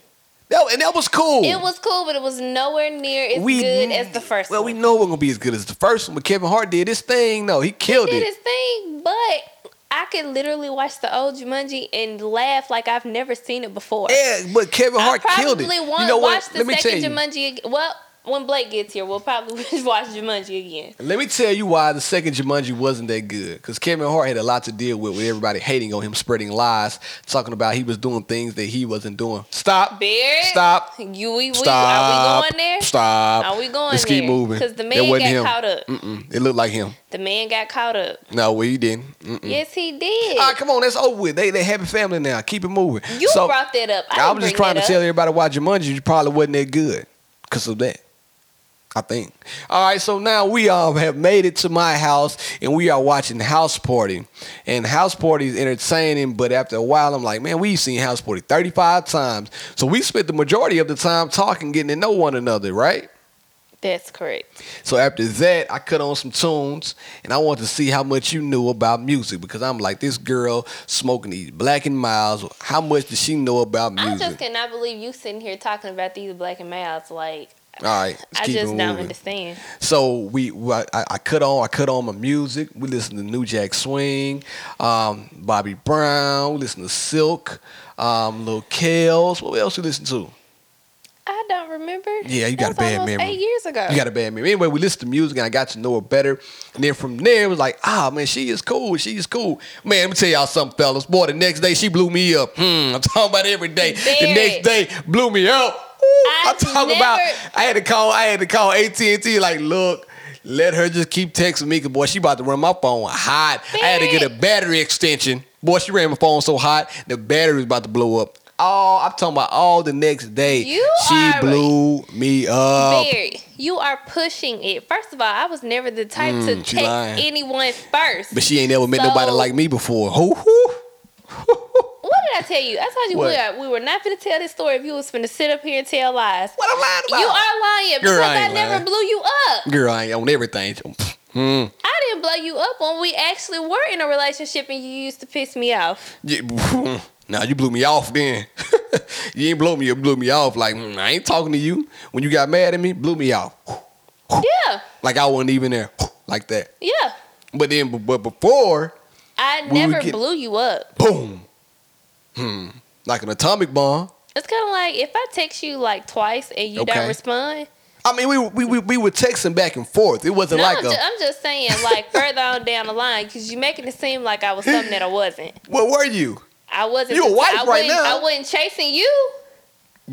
That, and that was cool.
It was cool, but it was nowhere near as
We-
good as the first
Well,
one.
we know it wasn't gonna be as good as the first one, but Kevin Hart did this thing. No, he killed
did
it.
his thing, but I could literally watch the old Jumanji and laugh like I've never seen it before.
Yeah, but Kevin
I
Hart killed
probably
it.
won't
You know what?
watch the
Let me tell
second
you.
Jumanji again. Well, when Blake gets here, we'll probably *laughs* watch Jumanji again.
Let me tell you why the second Jumanji wasn't that good. Because Kevin Hart had a lot to deal with with everybody hating on him, spreading lies, talking about he was doing things that he wasn't doing. Stop.
Beard,
Stop.
You, we, we,
Stop.
are we going there?
Stop.
Are we going
Let's keep
there?
moving.
'Cause the
That
man
wasn't
got
him.
caught up.
Mm-mm. It looked like him.
The man got caught up.
No, well, you didn't. Mm-mm.
Yes, he did.
All right, come on, that's over with. They they happy family now. Keep it moving.
you
so,
brought that up.
I
I, didn't
was just
bring
trying to
that
tell
up.
everybody why Jumanji probably wasn't that good because of that. I think. All right, so now we um, have made it to my house and we are watching House Party. And House Party is entertaining, but after a while, I'm like, man, we've seen House Party 35 times. So we spent the majority of the time talking, getting to know one another, right?
That's correct.
So after that, I cut on some tunes and I wanted to see how much you knew about music because I'm like, this girl smoking these black and miles, how much does she know about
I
music?
just cannot believe you sitting here talking about these black and mouths. Like,
All right, let's
I
keep
just
it
don't
moving.
understand.
So we, I, I cut on, I cut on my music. We listen to New Jack Swing, um, Bobby Brown. We listen to Silk, um, Lil Kels. What else we listen to?
I don't remember.
Yeah, you got a
That
bad
was almost
memory.
Eight years ago.
You got a bad memory. Anyway, we listened to music and I got to know her better. And then from there, it was like, ah, man, she is cool. She is cool. Man, let me tell y'all something, fellas. Boy, the next day she blew me up. Hmm, I'm *laughs* talking about every day. The
Very.
next day blew me up. Ooh, I'm
I've
talking about.
never-
I had to call. I had to call AT and T. Like, look. Let her just keep texting me, 'cause boy, she about to run my phone hot. I had to get a battery extension. Boy, she ran my phone so hot, the battery was about to blow up. All I'm talking about all the next day.
You
she
are-
blew me up.
Barry, you are pushing it. First of all, I was never the type to
Mm, she
text
lying.
anyone first.
But she ain't never met
So-
nobody like me before. Hoo hoo.
what did I tell you? I told you we,
What?
are, we were not going to tell this story if you was going to sit up here and tell lies.
What am I about?
You are lying because
Girl, I
I,
ain't
never
lying.
blew you up.
Girl, I ain't on everything. Mm.
I didn't blow you up when we actually were in a relationship and you used to piss me off.
Yeah, *laughs* Nah, you blew me off then. *laughs* you ain't blow me, you blew me off. Like, mm, I ain't talking to you. When you got mad at me, blew me off. *sighs*
Yeah,
Like I wasn't even there. *sighs* Like that.
yeah.
But then, but- but before,
I
We would
never
get-
blew you up.
boom. Hmm. Like an atomic bomb.
It's kind of like if I text you like twice and you
Okay.
don't respond.
I mean, we, we, we, we were texting back and forth. It wasn't
No,
like
I'm,
a,
ju- I'm just saying like further on down the line because you're making it seem like I was something that I wasn't.
what were you?
I wasn't.
You a wife
I
right
wasn't-
now.
I wasn't chasing you.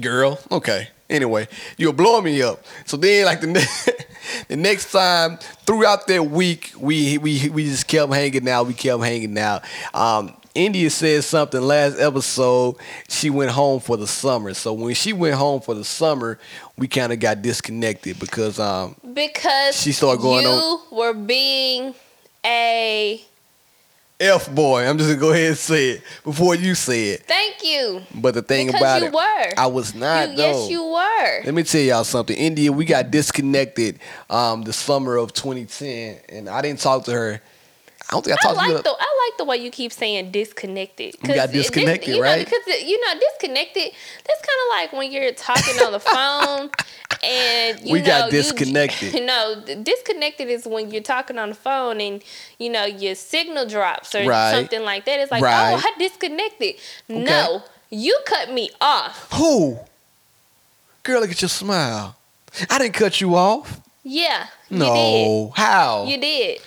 girl. Okay. Anyway, you're blowing me up. So then, like the *laughs* ne- the next time throughout that week, we we we just kept hanging out. We kept hanging out. Um, India said something last episode. She went home for the summer. So when she went home for the summer, we kind of got disconnected because um,
Because
She started going
you
on-
were being a
f boy. I'm just gonna go ahead and say it before you say it.
thank you.
But the thing
Because
about
you
it,
were.
I was not
you,
though.
yes, you were.
Let me tell y'all something. India, we got disconnected um, the summer of 2010, and I didn't talk to her. I don't think I
I
talked to her.
like the I like the way you keep saying disconnected.
We got
'Cause it- this-
disconnected,
you know,
right?
Because you know disconnected. That's kind of like when you're talking on the phone, and you
*laughs* We
know,
got
you-
disconnected.
*laughs* no, th- disconnected is when you're talking on the phone and you know your signal drops or
Right.
something like that. It's like,
Right.
oh, I disconnected. No, you cut me off.
Who? Girl, look at your smile. I didn't cut you off.
Yeah,
no. How?
you did. You did.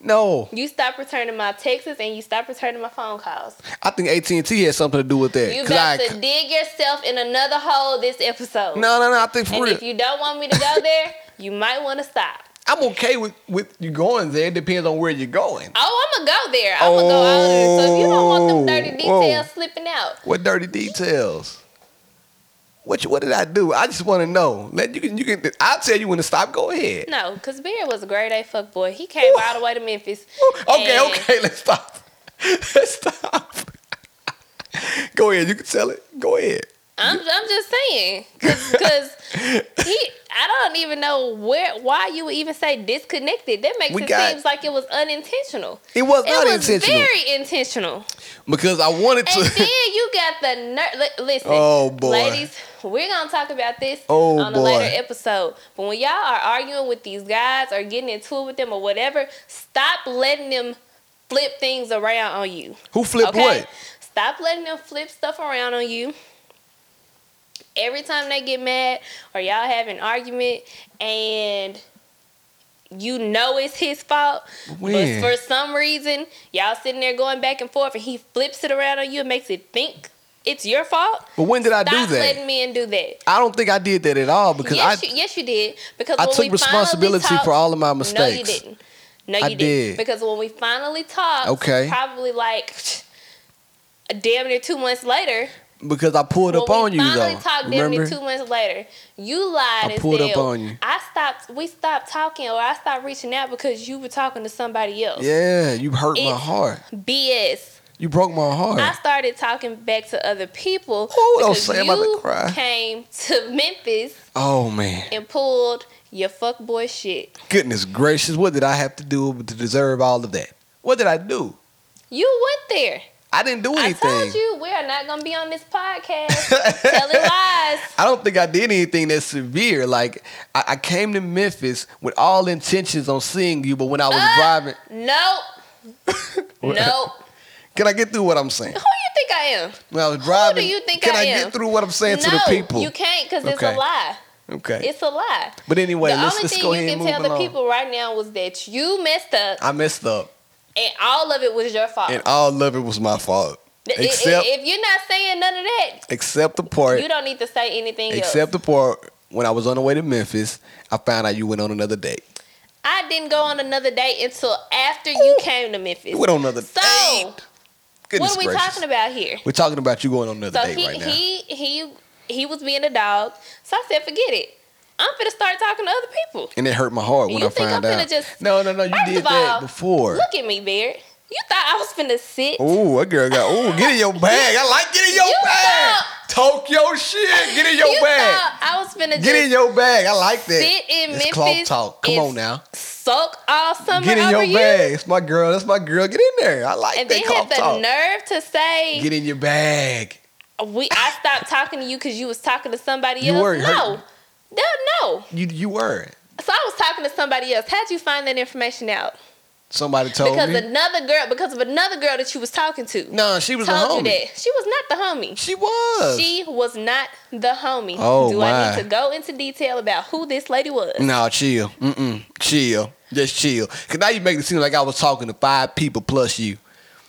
no.
You stopped returning my texts and you stopped returning my phone calls.
I think AT&T had something to do with that.
You
'cause
got
I-
to dig yourself in another hole this episode.
no, no, no. I think for
And
real.
if you don't want me
*laughs*
to go there, you might want to stop.
I'm okay with, with you going there. It depends on where you're going.
Oh, I'm gonna go there. I'm gonna go all there. So if you don't want them dirty
Oh,
details
whoa.
slipping out,
What dirty details? What you, what did I do? I just want to know. Let you can you can. I'll tell you when to stop. Go ahead.
no, because Beard was a grade A fuck boy. He came all the way to Memphis.
Okay,
and
okay. Let's stop. *laughs* Let's stop. Go ahead. You can tell it. Go ahead.
I'm, I'm just saying, because
*laughs*
he, I don't even know where why you would even say disconnected. That makes
We
it
got-
seems like it was unintentional.
It was
It
not
was
intentional
very intentional.
because I wanted
And then
to.
you got the nerve. Listen,
Oh, boy.
ladies, we're gonna talk about this
Oh,
on a
boy.
later episode. But when y'all are arguing with these guys or getting into it with them or whatever, stop letting them flip things around on you.
*laughs* Who flipped
okay,
what?
stop letting them flip stuff around on you. Every time they get mad or y'all have an argument and you know it's his fault,
When?
but for some reason, y'all sitting there going back and forth, and he flips it around on you and makes it think it's your fault.
But when did I
Stop
do that?
letting men do that.
I don't think I did that at all because
Yes,
I
you, yes, you did. Because
I
when
took
we
responsibility
finally talked,
for all of my
No, you
mistakes.
didn't. No, you
I
didn't.
did.
Because when we finally talked,
Okay.
probably like a damn near two months later,
because I pulled up
when
on
we
you
finally
though.
talked damn
Remember?
near two months later, you lied
I
and
pulled up
said
on you.
I stopped. We stopped talking, or I stopped reaching out because you were talking to somebody else.
Yeah, you hurt my
It's-
heart.
BS.
You broke my heart.
I started talking back to other people
Ooh, don't
because
say I'm about to
you
cry.
came to Memphis
oh man.
and pulled your fuckboy shit.
Goodness gracious, what did I have to do to deserve all of that? What did I do?
You went there.
I didn't do anything.
I told you we are not gonna be on this podcast
*laughs*
telling lies.
I don't think I did anything that severe. Like I, I came to Memphis with all intentions on seeing you, but when I was
Ah!
driving,
Nope. nope.
Can I get through what I'm saying?
Who you think I am?
When I was driving,
you think
can
I
I,
am?
get through what I'm saying to
no,
the people?
you can't because it's
Okay.
a lie.
okay.
It's a lie.
but anyway,
the
let's,
only
let's
thing
go
you
ahead and
can
move
tell the
along.
people right now was that you messed up,
I messed up,
and all of it was your fault.
and all of it was my fault,
I- i-
except
if you're not saying none of that,
except the part
you don't need to say anything else.
Except the part when I was on the way to Memphis, I found out you went on another date.
I didn't go on another date until after you came to Memphis.
You went on another
So,
date. Goodness
what are we
gracious.
talking about here?
We're talking about you going on another
So
date
he,
right now.
he he he was being a dog. So I said, forget it. I'm gonna start talking to other people.
and it hurt my heart when
You
I
think
found
I'm finna
out.
just-
no, no, no. You
First
did
of all,
that before.
Look at me, Barrett. You thought I was finna sit.
Ooh, that girl got. Ooh, get in your bag. I like get in your
You
bag. Talk your shit. Get in your
you
bag.
thought I was finna
Get in
just
your bag. I like that.
sit in
it's
Memphis.
cloth talk. Come
and
on now.
Soak all summer
Get in
over
your
you.
bag. It's my girl. That's my girl. Get in there. I like
And
that
then
cloth
had the
talk.
nerve to say
Get in your bag.
we I stopped talking to you because you was talking to somebody
You
else.
were
no.
hurt.
No, no.
You you were.
So I was talking to somebody else. How'd you find that information out?
Somebody told
because
me.
another girl because of another girl that you was talking to.
No, she was a
told
homie.
you that. She was not the homie.
She was.
She was not the homie.
Oh,
Do I
my.
need to go into detail about who this lady was?
no, chill. Mm-mm. Chill. Just chill. Cause now you making it seem like I was talking to five people plus you.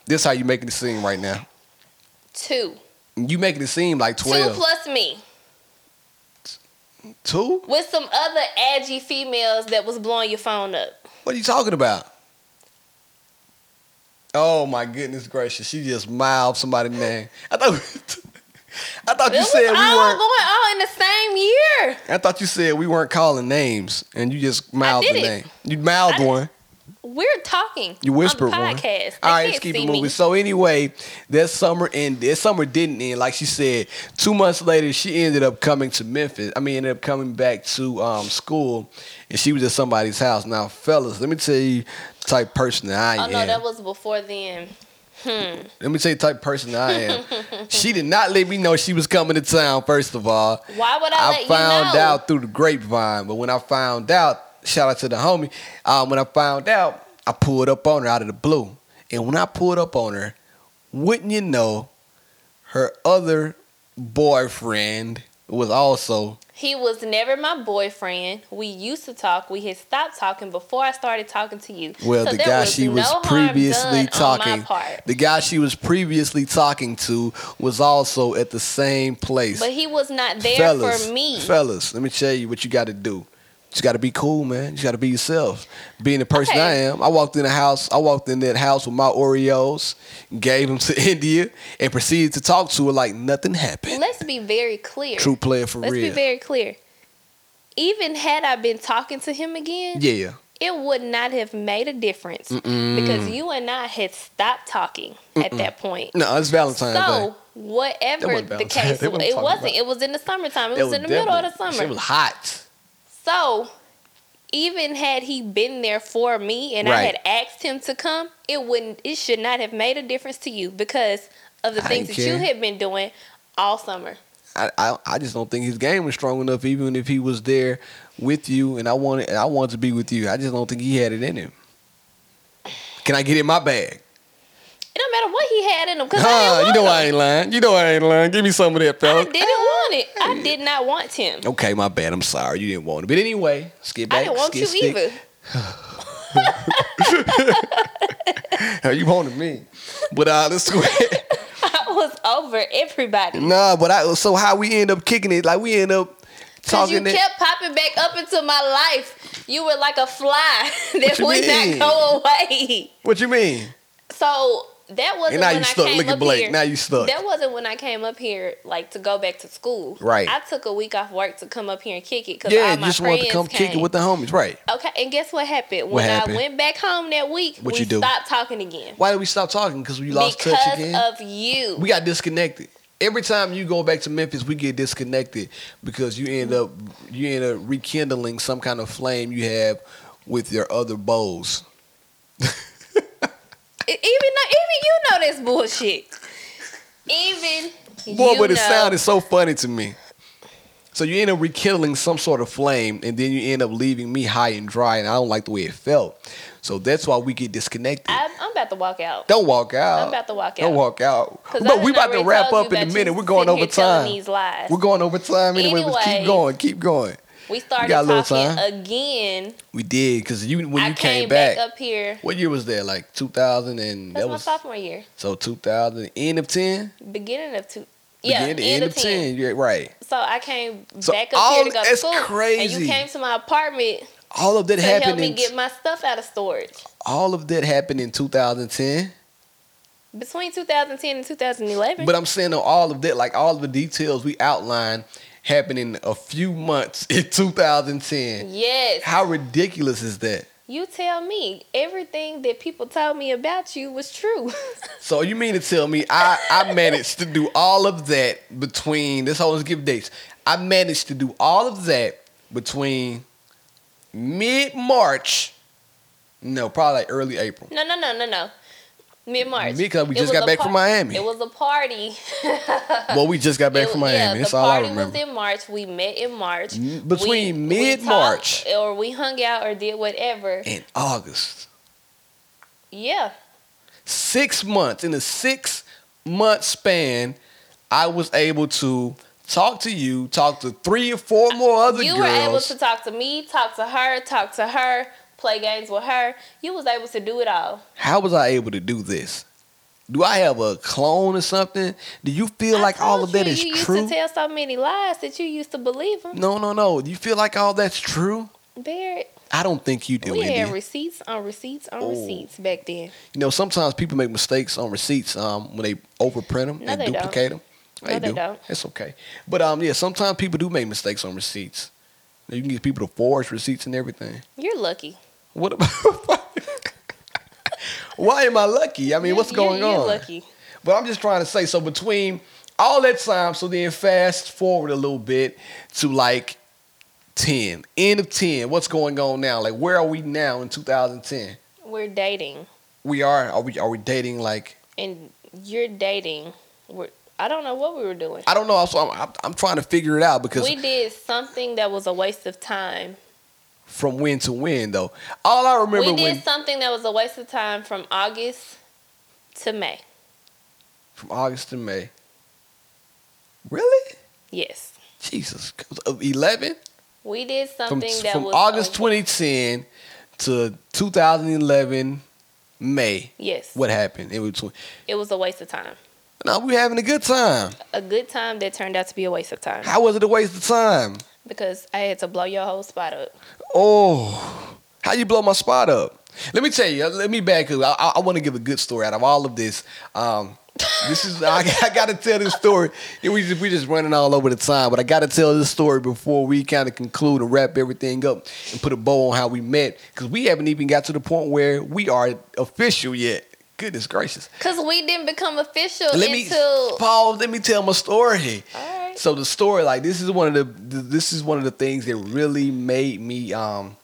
This how you making it seem right now.
Two.
You making it seem like
Two
twelve.
plus me.
Two?
With some other edgy females that was blowing your phone up.
What are you talking about? Oh my goodness gracious! She just mouthed somebody's name. I thought. *laughs* I thought
it
you
was
said we
all
weren't.
going all in the same year.
I thought you said we weren't calling names, and you just mouthed the
did it.
name. You mouthed
I-
one.
We're talking.
You whispered
on
one.
the
All
podcast. They
right,
can't
let's keep
see
it
me.
moving. So anyway, that summer ended. That summer didn't end. Like she said, two months later, she ended up coming to Memphis. I mean, ended up coming back to um, school, and she was at somebody's house. Now, fellas, let me tell you, the type of person that I
Oh
am.
no, that was before then.
let me tell you, the type of person that I
*laughs*
am. she did not let me know she was coming to town. First of all,
Why would I,
I
let
found
you know?
out through the grapevine, but when I found out, shout out to the homie. Um, when I found out, I pulled up on her out of the blue, and when I pulled up on her, wouldn't you know, her other boyfriend was also
He was never my boyfriend. We used to talk. We had stopped talking before I started talking to you.
well
So
the
there
guy she was
no harm
previously
done On
talking.
my part.
The guy she was previously talking to was also at the same place.
But he was not there for me.
Fellas, let me tell you what you got to do. You got to be cool, man. You got to be yourself. Being the person
Okay.
I am, I walked in the house. I walked in that house with my Oreos, gave them to *laughs* India, and proceeded to talk to her like nothing happened.
Let's be very clear.
True player for
Let's be
real.
very clear. Even had I been talking to him again,
yeah. Mm.
it would not have made a difference because you and I had stopped talking at that point.
No, it's Valentine's Day.
So
That
whatever
wasn't
the
Valentine's
case,
Day.
it
What I'm talking
wasn't.
about.
It was in the summertime. It
That
was in the middle of the
definitely-
summer.
She was hot.
So, even had he been there for me and I
Right.
had asked him to come, it wouldn't it should not have made a difference to you because of the
I
things that
ain't
you
care.
had been doing all summer.
I, I I just don't think his game was strong enough, even if he was there with you. And I wanted and I wanted to be with you. I just don't think he had it in him. Can I get in my bag?
It don't matter what he had in him because
Huh,
I
you
didn't
know
want
I
him.
ain't lying. You know I ain't lying. Give me some of that,
I
fella.
didn't want it. I did not want him.
Okay, my bad. I'm sorry. You didn't want it. But anyway, skip back.
I didn't want
skip
you
stick.
either.
*laughs* you wanted me. But uh, let's go ahead.
*laughs* I was over
*laughs*
everybody.
nah, but I so how we end up kicking it? Like we end up
Cause you
talking. that-
kept popping back up into my life. You were like a fly *laughs* that
What you
would
mean?
not go away.
what you mean?
So that wasn't
And now
when
you
I
stuck.
came
Look
up
at Blake.
here.
Now you stuck.
That wasn't when I came up here, like to go back to school.
Right.
I took a week off work to come up here and kick it because
yeah,
all
you
my
just
friends
wanted to come
came.
kick it with the homies, right?
okay, and guess what happened? When
What happened?
I went back home that week,
What
we
you do?
stopped talking again
Why did we stop talking? Because we lost
because
touch again.
of you.
we got disconnected. Every time you go back to Memphis, we get disconnected because you end up you end up rekindling some kind of flame you have with your other bows.
E- even though- even you know this bullshit. Even
*laughs* Boy,
you
but it
know,
sounded so funny to me. So you end up rekindling some sort of flame, and then you end up leaving me high and dry, and I don't like the way it felt. So that's why we get disconnected.
I'm, I'm about to walk out.
don't walk out.
I'm about to walk
Don't
out.
walk out.
'Cause I
But
done
we about to
already
wrap
told
up
you
in a
that
minute.
you
We're going
sitting
over
here telling
time.
These lies.
We're going over time anyway. But keep
Anyway.
going. Keep going.
we started
got a little
talking
time.
again.
We did because you when
I
you
came,
came back.
up here.
what year was that? Like 2000 and
That's
that
my
was
sophomore year.
so 2000 end of 10.
Beginning of two. Yeah,
Beginning,
end, of 10.
Yeah, right.
So I came
So
back up
all-
here to go to
that's
school. And
crazy.
you came to my apartment
All of that
to help
happened.
me
In,
get my stuff out of storage.
all of that happened in 2010.
Between 2010 and 2011.
But I'm saying on all of that, like all of the details we outlined, happened in a few months *laughs* in 2010.
yes.
How ridiculous is that?
you tell me everything that people told me about you was true. *laughs*
So you mean to tell me I, I managed to do all of that between this whole let's give dates. I managed to do all of that between mid March, no, probably like early April.
no, no, no, no, no. Mid March.
Because we just got back from Miami.
It was a party.
Well, we just got back
It-
from
*laughs* yeah,
Miami.
the
That's all I
party
remember.
was in March. We met in March.
M- between
We- we
mid-March.
talked or we hung out or did whatever.
In August,
Yeah.
six months in a six month span, I was able to talk to you, talk to three or four more other
you
girls.
were able to talk to me, talk to her, talk to her, play games with her. You was able to do it all.
How was I able to do this? Do I have a clone or something? Do you feel
I
like all
told
of that
you,
is
you
true?
used to tell so many lies that you used to believe them.
no, no, no. Do you feel like all that's true?
Barrett,
I don't think you do,
we
India.
had receipts on receipts on
Oh.
receipts back then.
you know, sometimes people make mistakes on receipts um, when they overprint them
No,
and
they don't.
duplicate them.
No, they don't.
It's okay. But um, yeah, sometimes people do make mistakes on receipts. You can get people to forge receipts and everything.
You're lucky.
What about? *laughs* Why am I lucky? I mean,
You-
what's
you-
going
you're
on?
lucky.
But I'm just trying to say, so between all that time, so then fast forward a little bit to like 10, end of 10. What's going on now? Like, where are we now in 2010?
We're dating,
We are, are we, are we dating? Like,
and you're dating. We're, I don't know what we were doing.
I don't know. So I'm, I'm, I'm trying to figure it out because
We did something that was a waste of time.
from when to when, though. All I remember
we did
when,
something that was a waste of time from August to May.
from August to May. Really?
Yes.
Jesus. 11?
We did
From,
something that
from
was
August
a-
2010 to 2011, May.
Yes.
What happened in between?
It was a waste of time.
No, we were having a good time.
A good time that turned out to be a waste of time
How was it a waste of time?
because I had to blow your whole spot up.
Oh, how you blow my spot up? Let me tell you. uh, Let me back up. I, I want to give a good story out of all of this. Um, this is *laughs* I, I got to tell this story. It was we just running all over the time, but I got to tell this story before we kind of conclude and wrap everything up and put a bow on how we met because we haven't even got to the point where we are official yet. Goodness gracious.
Cause we didn't become official
Let me
until
Paul. Let me tell my story.
Alright.
So the story, like this, is one of the this is one of the things that really made me um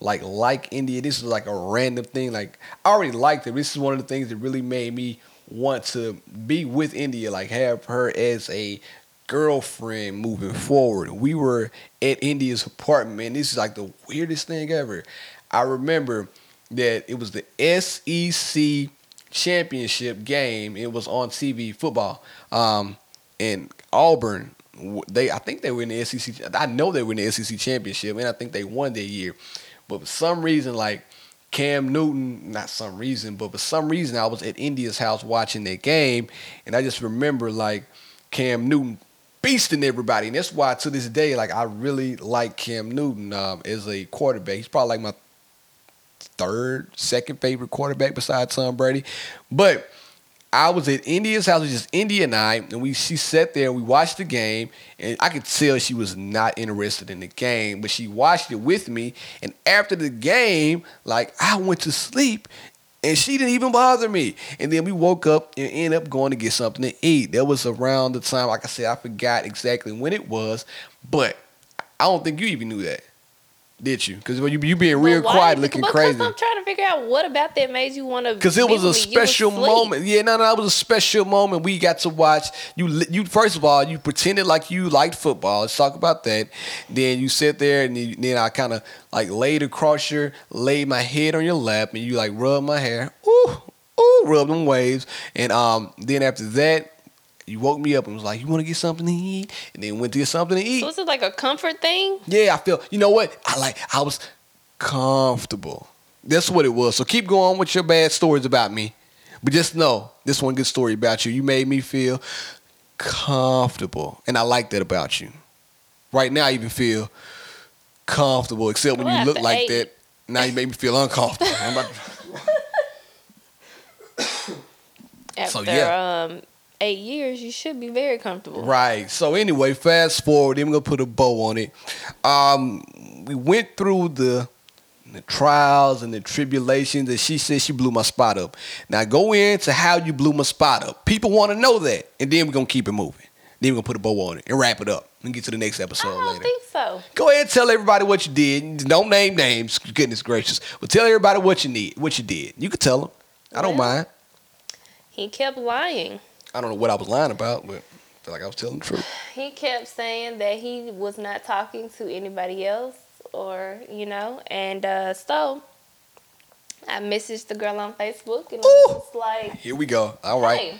like like India. This is like a random thing. Like I already liked it. This is one of the things that really made me want to be with India. Like have her as a girlfriend moving forward. We were at India's apartment. and This is like the weirdest thing ever. I remember that it was the SEC championship game. It was on TV football. Um, and Auburn, w- they I think they were in the SEC. I know they were in the SEC championship, and I think they won that year. But for some reason, like Cam Newton, not some reason, but for some reason, I was at India's house watching that game, and I just remember like Cam Newton beasting everybody, and that's why to this day, like I really like Cam Newton um, as a quarterback. He's probably like my third, second favorite quarterback besides Tom Brady, but. I was at India's house, it was just India and I, and we she sat there and we watched the game, and I could tell she was not interested in the game, but she watched it with me. And after the game, like I went to sleep, and she didn't even bother me. And then we woke up and ended up going to get something to eat. That was around the time, like I said, I forgot exactly when it was, but I don't think you even knew that. Did you? Because you you being
But
real
why-
quiet, looking
because
crazy.
I'm trying to figure out what about that made you want to.
Because it was a special moment. Yeah, no, no, it was a special moment. We got to watch you. li- You first of all, you pretended like you liked football. Let's talk about that. Then you sit there, and you, then I kind of like laid across your, laid my head on your lap, and you like rubbed my hair. Ooh, ooh, rub them waves. And um, then after that, you woke me up and was like, "You want to get something to eat?" And then went to get something to eat.
So was it like a comfort thing?
Yeah, I feel. You know what? I like. I was comfortable. That's what it was. So keep going with your bad stories about me, but just know this one good story about you. You made me feel comfortable, and I like that about you. Right now, I even feel comfortable, except when
Well,
you look
after
like
eight.
that. Now you make me feel uncomfortable. I'm about to-
After
So, yeah.
um, eight years, you should be very comfortable.
Right. So anyway, fast forward. Then we're gonna put a bow on it. Um, we went through the the trials and the tribulations, and she said she blew my spot up. Now go into how you blew my spot up. People want to know that, and then we're gonna keep it moving. Then we're gonna put a bow on it and wrap it up and get to the next
I
episode
don't
later.
think so.
Go ahead and tell everybody what you did. Don't name names, goodness gracious. But tell everybody what you need, what you did. You could tell them. I don't
Well-
mind.
He kept lying.
I don't know what I was lying about, but I feel like I was telling the truth.
He kept saying that he was not talking to anybody else, or you know, and uh, so I messaged the girl on Facebook and I
Ooh.
was like,
Here we go. All right.
Hey,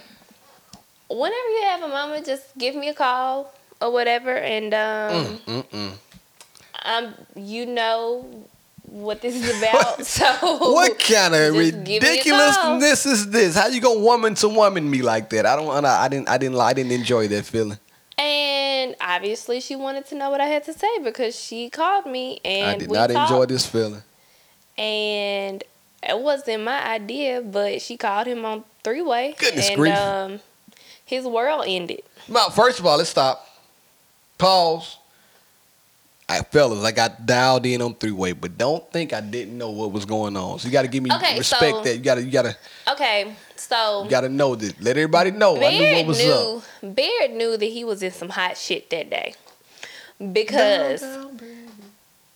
whenever you have a moment, just give me a call or whatever, and um,
Mm. Mm-mm.
I'm, you know what this
*laughs*
is about. so *laughs*
What kind of
Just give me a call.
ridiculousness is this? How you gonna woman to woman me like that? I don't. wanna- I didn't. I didn't. I didn't enjoy that feeling.
And obviously, she wanted to know what I had to say because she called me and
I did
we
not
talked,
enjoy this feeling.
And it wasn't my idea, but she called him on three way.
Goodness
and,
grief.
Um, his world ended.
Now, first of all, let's stop. Pause. I fellas, I got dialed in on three way, but don't think I didn't know what was going on. So you gotta give me
Okay,
respect.
so-
that you gotta. You gotta.
Okay, so
You gotta know this. Let everybody know. I knew
Baird
what was
knew.
up.
Baird knew that he was in some hot shit that day because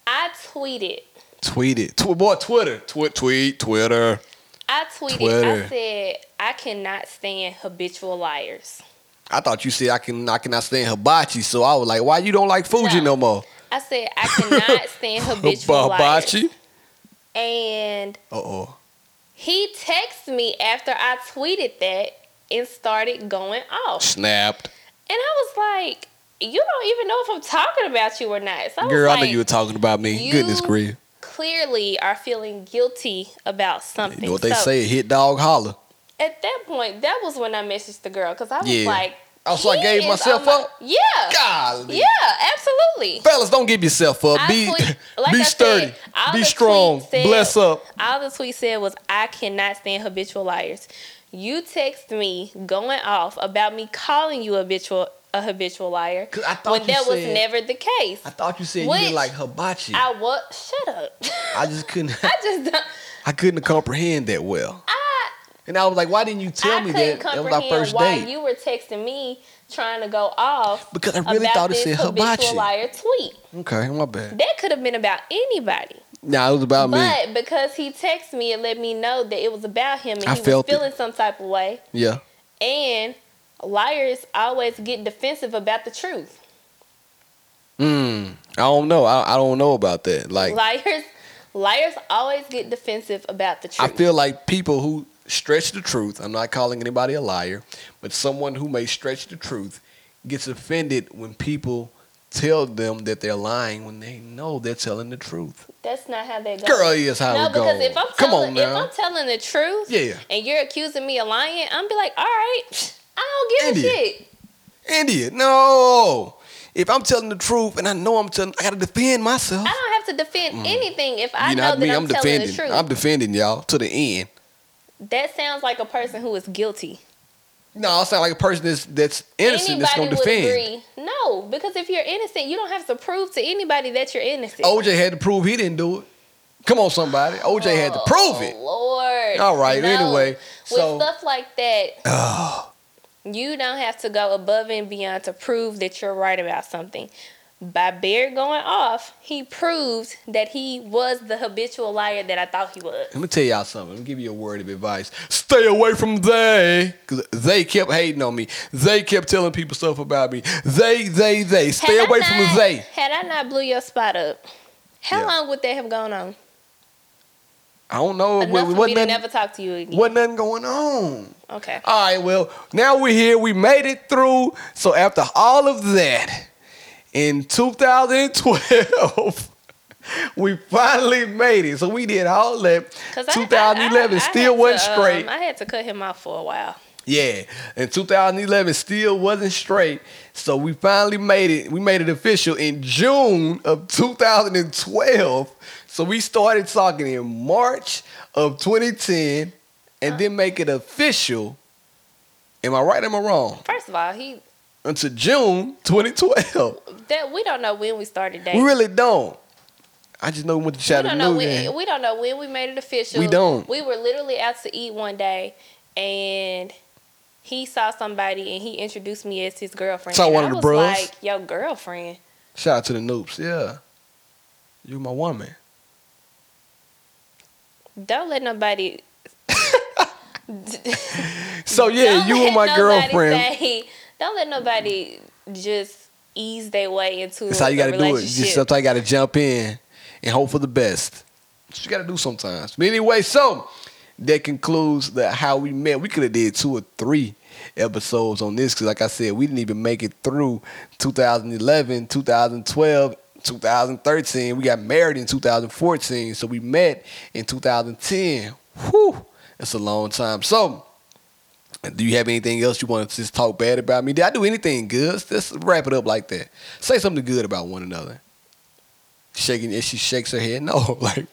I tweeted.
Tweet it. Tw- boy, Twitter. Tweet. Tweet. Twitter.
I tweeted.
Twitter.
I said I cannot stand habitual liars.
I thought you said I can I cannot stand hibachi, so I was like, why you don't like Fuji
No.
no, more?
I said
*laughs*
I cannot stand habitual liars.
hibachi?
And
Uh oh.
he texted me after I tweeted that and started going off.
Snapped.
And I was like, you don't even know if I'm talking about you or not. So I was
Girl, I
like,
knew you were talking about me.
you-
Goodness grief.
clearly are feeling guilty about something.
You know what they
So-
say, hit dog holler.
At that point, that was when I messaged the girl because I was
Yeah.
like,
Oh, so I
he
gave
is
myself
on my-
up?
Yeah,
Golly.
Uh, yeah, absolutely.
Fellas, don't give yourself up.
I
be *laughs*
tweet- like I
be
said,
sturdy.
all the
be
tweet
strong.
said-
Bless up.
All the tweet said was, "I cannot stand habitual liars." You text me going off about me calling you habitual a habitual liar
'Cause I thought
when
you
that was
said-
never the case.
I thought you said
Which-
you didn't like hibachi. I,
I was shut up. *laughs*
just couldn't
I just don't.
*laughs* I couldn't comprehend that well.
I
And I was like, why didn't you tell
I
me
couldn't
that? That was
comprehend
our first
why
date.
you were texting me trying to go off
because I really
about
thought it said
this habitual
hibachi.
liar tweet.
Okay, my bad.
That could have been about anybody.
Nah, it was about me.
But because he texted me and let me know that it was about him and
I
he was
felt it.
feeling some type of way.
Yeah.
And liars always get defensive about the truth.
Mm, I don't know. I, I don't know about that. Like,
Liars liars always get defensive about the
I
truth.
feel like people who stretch the truth, I'm not calling anybody a liar, but someone who may stretch the truth gets offended when people tell them that they're lying when they know they're telling the truth.
That's not how that goes.
Girl, is how
no,
it goes.
because if I'm
Come
telling
on
if
now.
I'm telling the truth
Yeah.
and you're accusing me of lying, I'm be like, all right, I don't give a
Idiot.
shit.
India, no. If I'm telling the truth and I know I'm telling, I gotta defend myself.
I don't have to defend anything if I
Mm. you
know
know
that
me?
I'm,
I'm
telling
defending.
the truth.
I'm defending y'all to the end.
that sounds like a person who is guilty.
No, I sound like a person that's that's innocent that's gonna defend.
agree. No, because if you're innocent, you don't have to prove to anybody that you're innocent.
OJ had to prove he didn't do it. Come on, somebody. OJ had to prove it.
Oh, Lord.
All right, anyway, so- uh,
with stuff like that, you don't have to go above and beyond to prove that you're right about something. by Bear going off, he proved that he was the habitual liar that I thought he was.
Let me tell y'all something. Let me give you a word of advice. Stay away from they, because they kept hating on me. They kept telling people stuff about me. They, they, they. Stay
Had I
away
not-
from they.
Had I not blew your spot up, how
Yeah.
long would that have gone on?
I don't know.
Enough
What,
for
what
me
nothing,
to never talk to you again.
wasn't nothing going on.
Okay.
All right, well, now we're here. We made it through. So after all of that, in 2012, *laughs* we finally made it. So we did all that.
'Cause I- I-
2011
I- I
still
had
wasn't
to, um,
straight.
I had to cut him off for a while.
yeah, and 2011 still wasn't straight. So we finally made it. We made it official in June of 2012. So we started talking in March of 2010 and then make it official. Am I right? Am I wrong?
First of all, he
until June
*laughs*
2012.
that we don't know when we started dating.
We really don't. I just know we went to
we don't know
Chattanooga.
when we don't know when we made it official.
We don't.
We were literally out to eat one day, and he saw somebody, and he introduced me as his girlfriend.
Saw
And
one
I
of the
was
bros?
Like your girlfriend.
Shout out to the noobs. Yeah. You my
*laughs*
woman.
Don't
*laughs*
let nobody.
So Oh, yeah,
*laughs* don't
you
let
were my
nobody
girlfriend.
say- don't let nobody just ease their way into.
That's how you
a
gotta do it. You
relationship.
just sometimes you gotta jump in and hope for the best. That's what you gotta do sometimes. But anyway, so that concludes the how we met. We could have did two or three episodes on this because, like I said, we didn't even make it through 2011, 2012. 2013, we got married in 2014, so we met in 2010. Whew, that's a long time. So, do you have anything else you want to just talk bad about me? Did I do anything good? Let's wrap it up like that. Say something good about one another. Shaking and she shakes her head. No, *laughs* like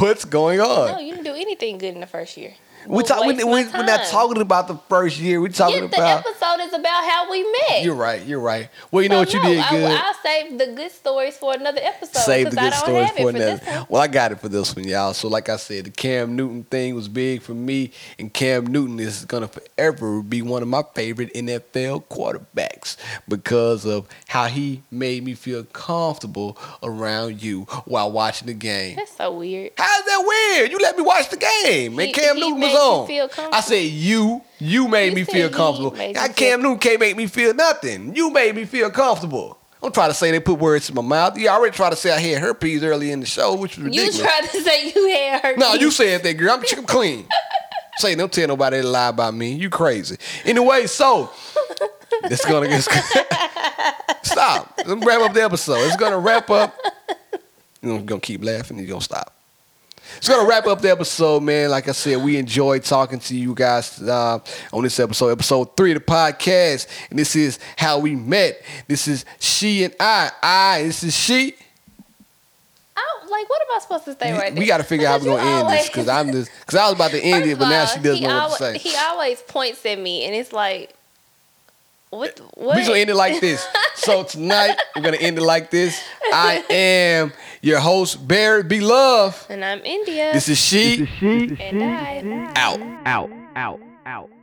what's going
No,
on?
you didn't do anything good in the first year.
we talk, we,
waste my
we, we're not
time.
talking about the first year. We're talking
Yeah, the
about.
episode is about how we met.
You're right. You're right. Well, you know what
So
you
no,
did
I,
good.
I'll save the good stories for another episode.
Save the
'cause I
good
don't
stories
have it
for
this
another.
one.
Well, I got it for this one, y'all. So, like I said, the Cam Newton thing was big for me, and Cam Newton is gonna forever be one of my favorite NFL quarterbacks because of how he made me feel comfortable around you while watching the game.
That's so weird.
How's that weird? You let me watch the game, and
He-
Cam
he
Newton
made
was
you
on.
feel comfortable.
I said you, you made
You
me
said
feel
he
comfortable.
made you
Now,
feel-
Cam Newton can't make me feel nothing. You made me feel comfortable. Don't try to say they put words in my mouth. You already tried to say I had herpes early in the show, which was ridiculous.
You tried to say you had her.
no, you said that, girl. I'm keep 'em clean. say don't tell nobody to lie about me. You crazy. Anyway, so it's gonna it's, *laughs* stop. Let me wrap up the episode. It's gonna wrap up. You're gonna keep laughing. You're gonna stop. It's gonna wrap up the episode, man. Like I said, we enjoyed talking to you guys uh, on this episode, episode three of the podcast. And this is how we met. This is she and I. I. This is she.
I don't, like, what am I supposed to say right there?
we got to figure out how
Because
we're gonna
you
end this
always-
because I'm just because I was about to end
First
it, but
of
now
all,
she doesn't
he
know what
alwa-
to say.
He always points at me, and it's like, what? what?
We're gonna end it like this. So tonight we're gonna end it like this. I am your host, Barry B. Love.
and I'm India.
This is she
and I.
out.
out, out, out,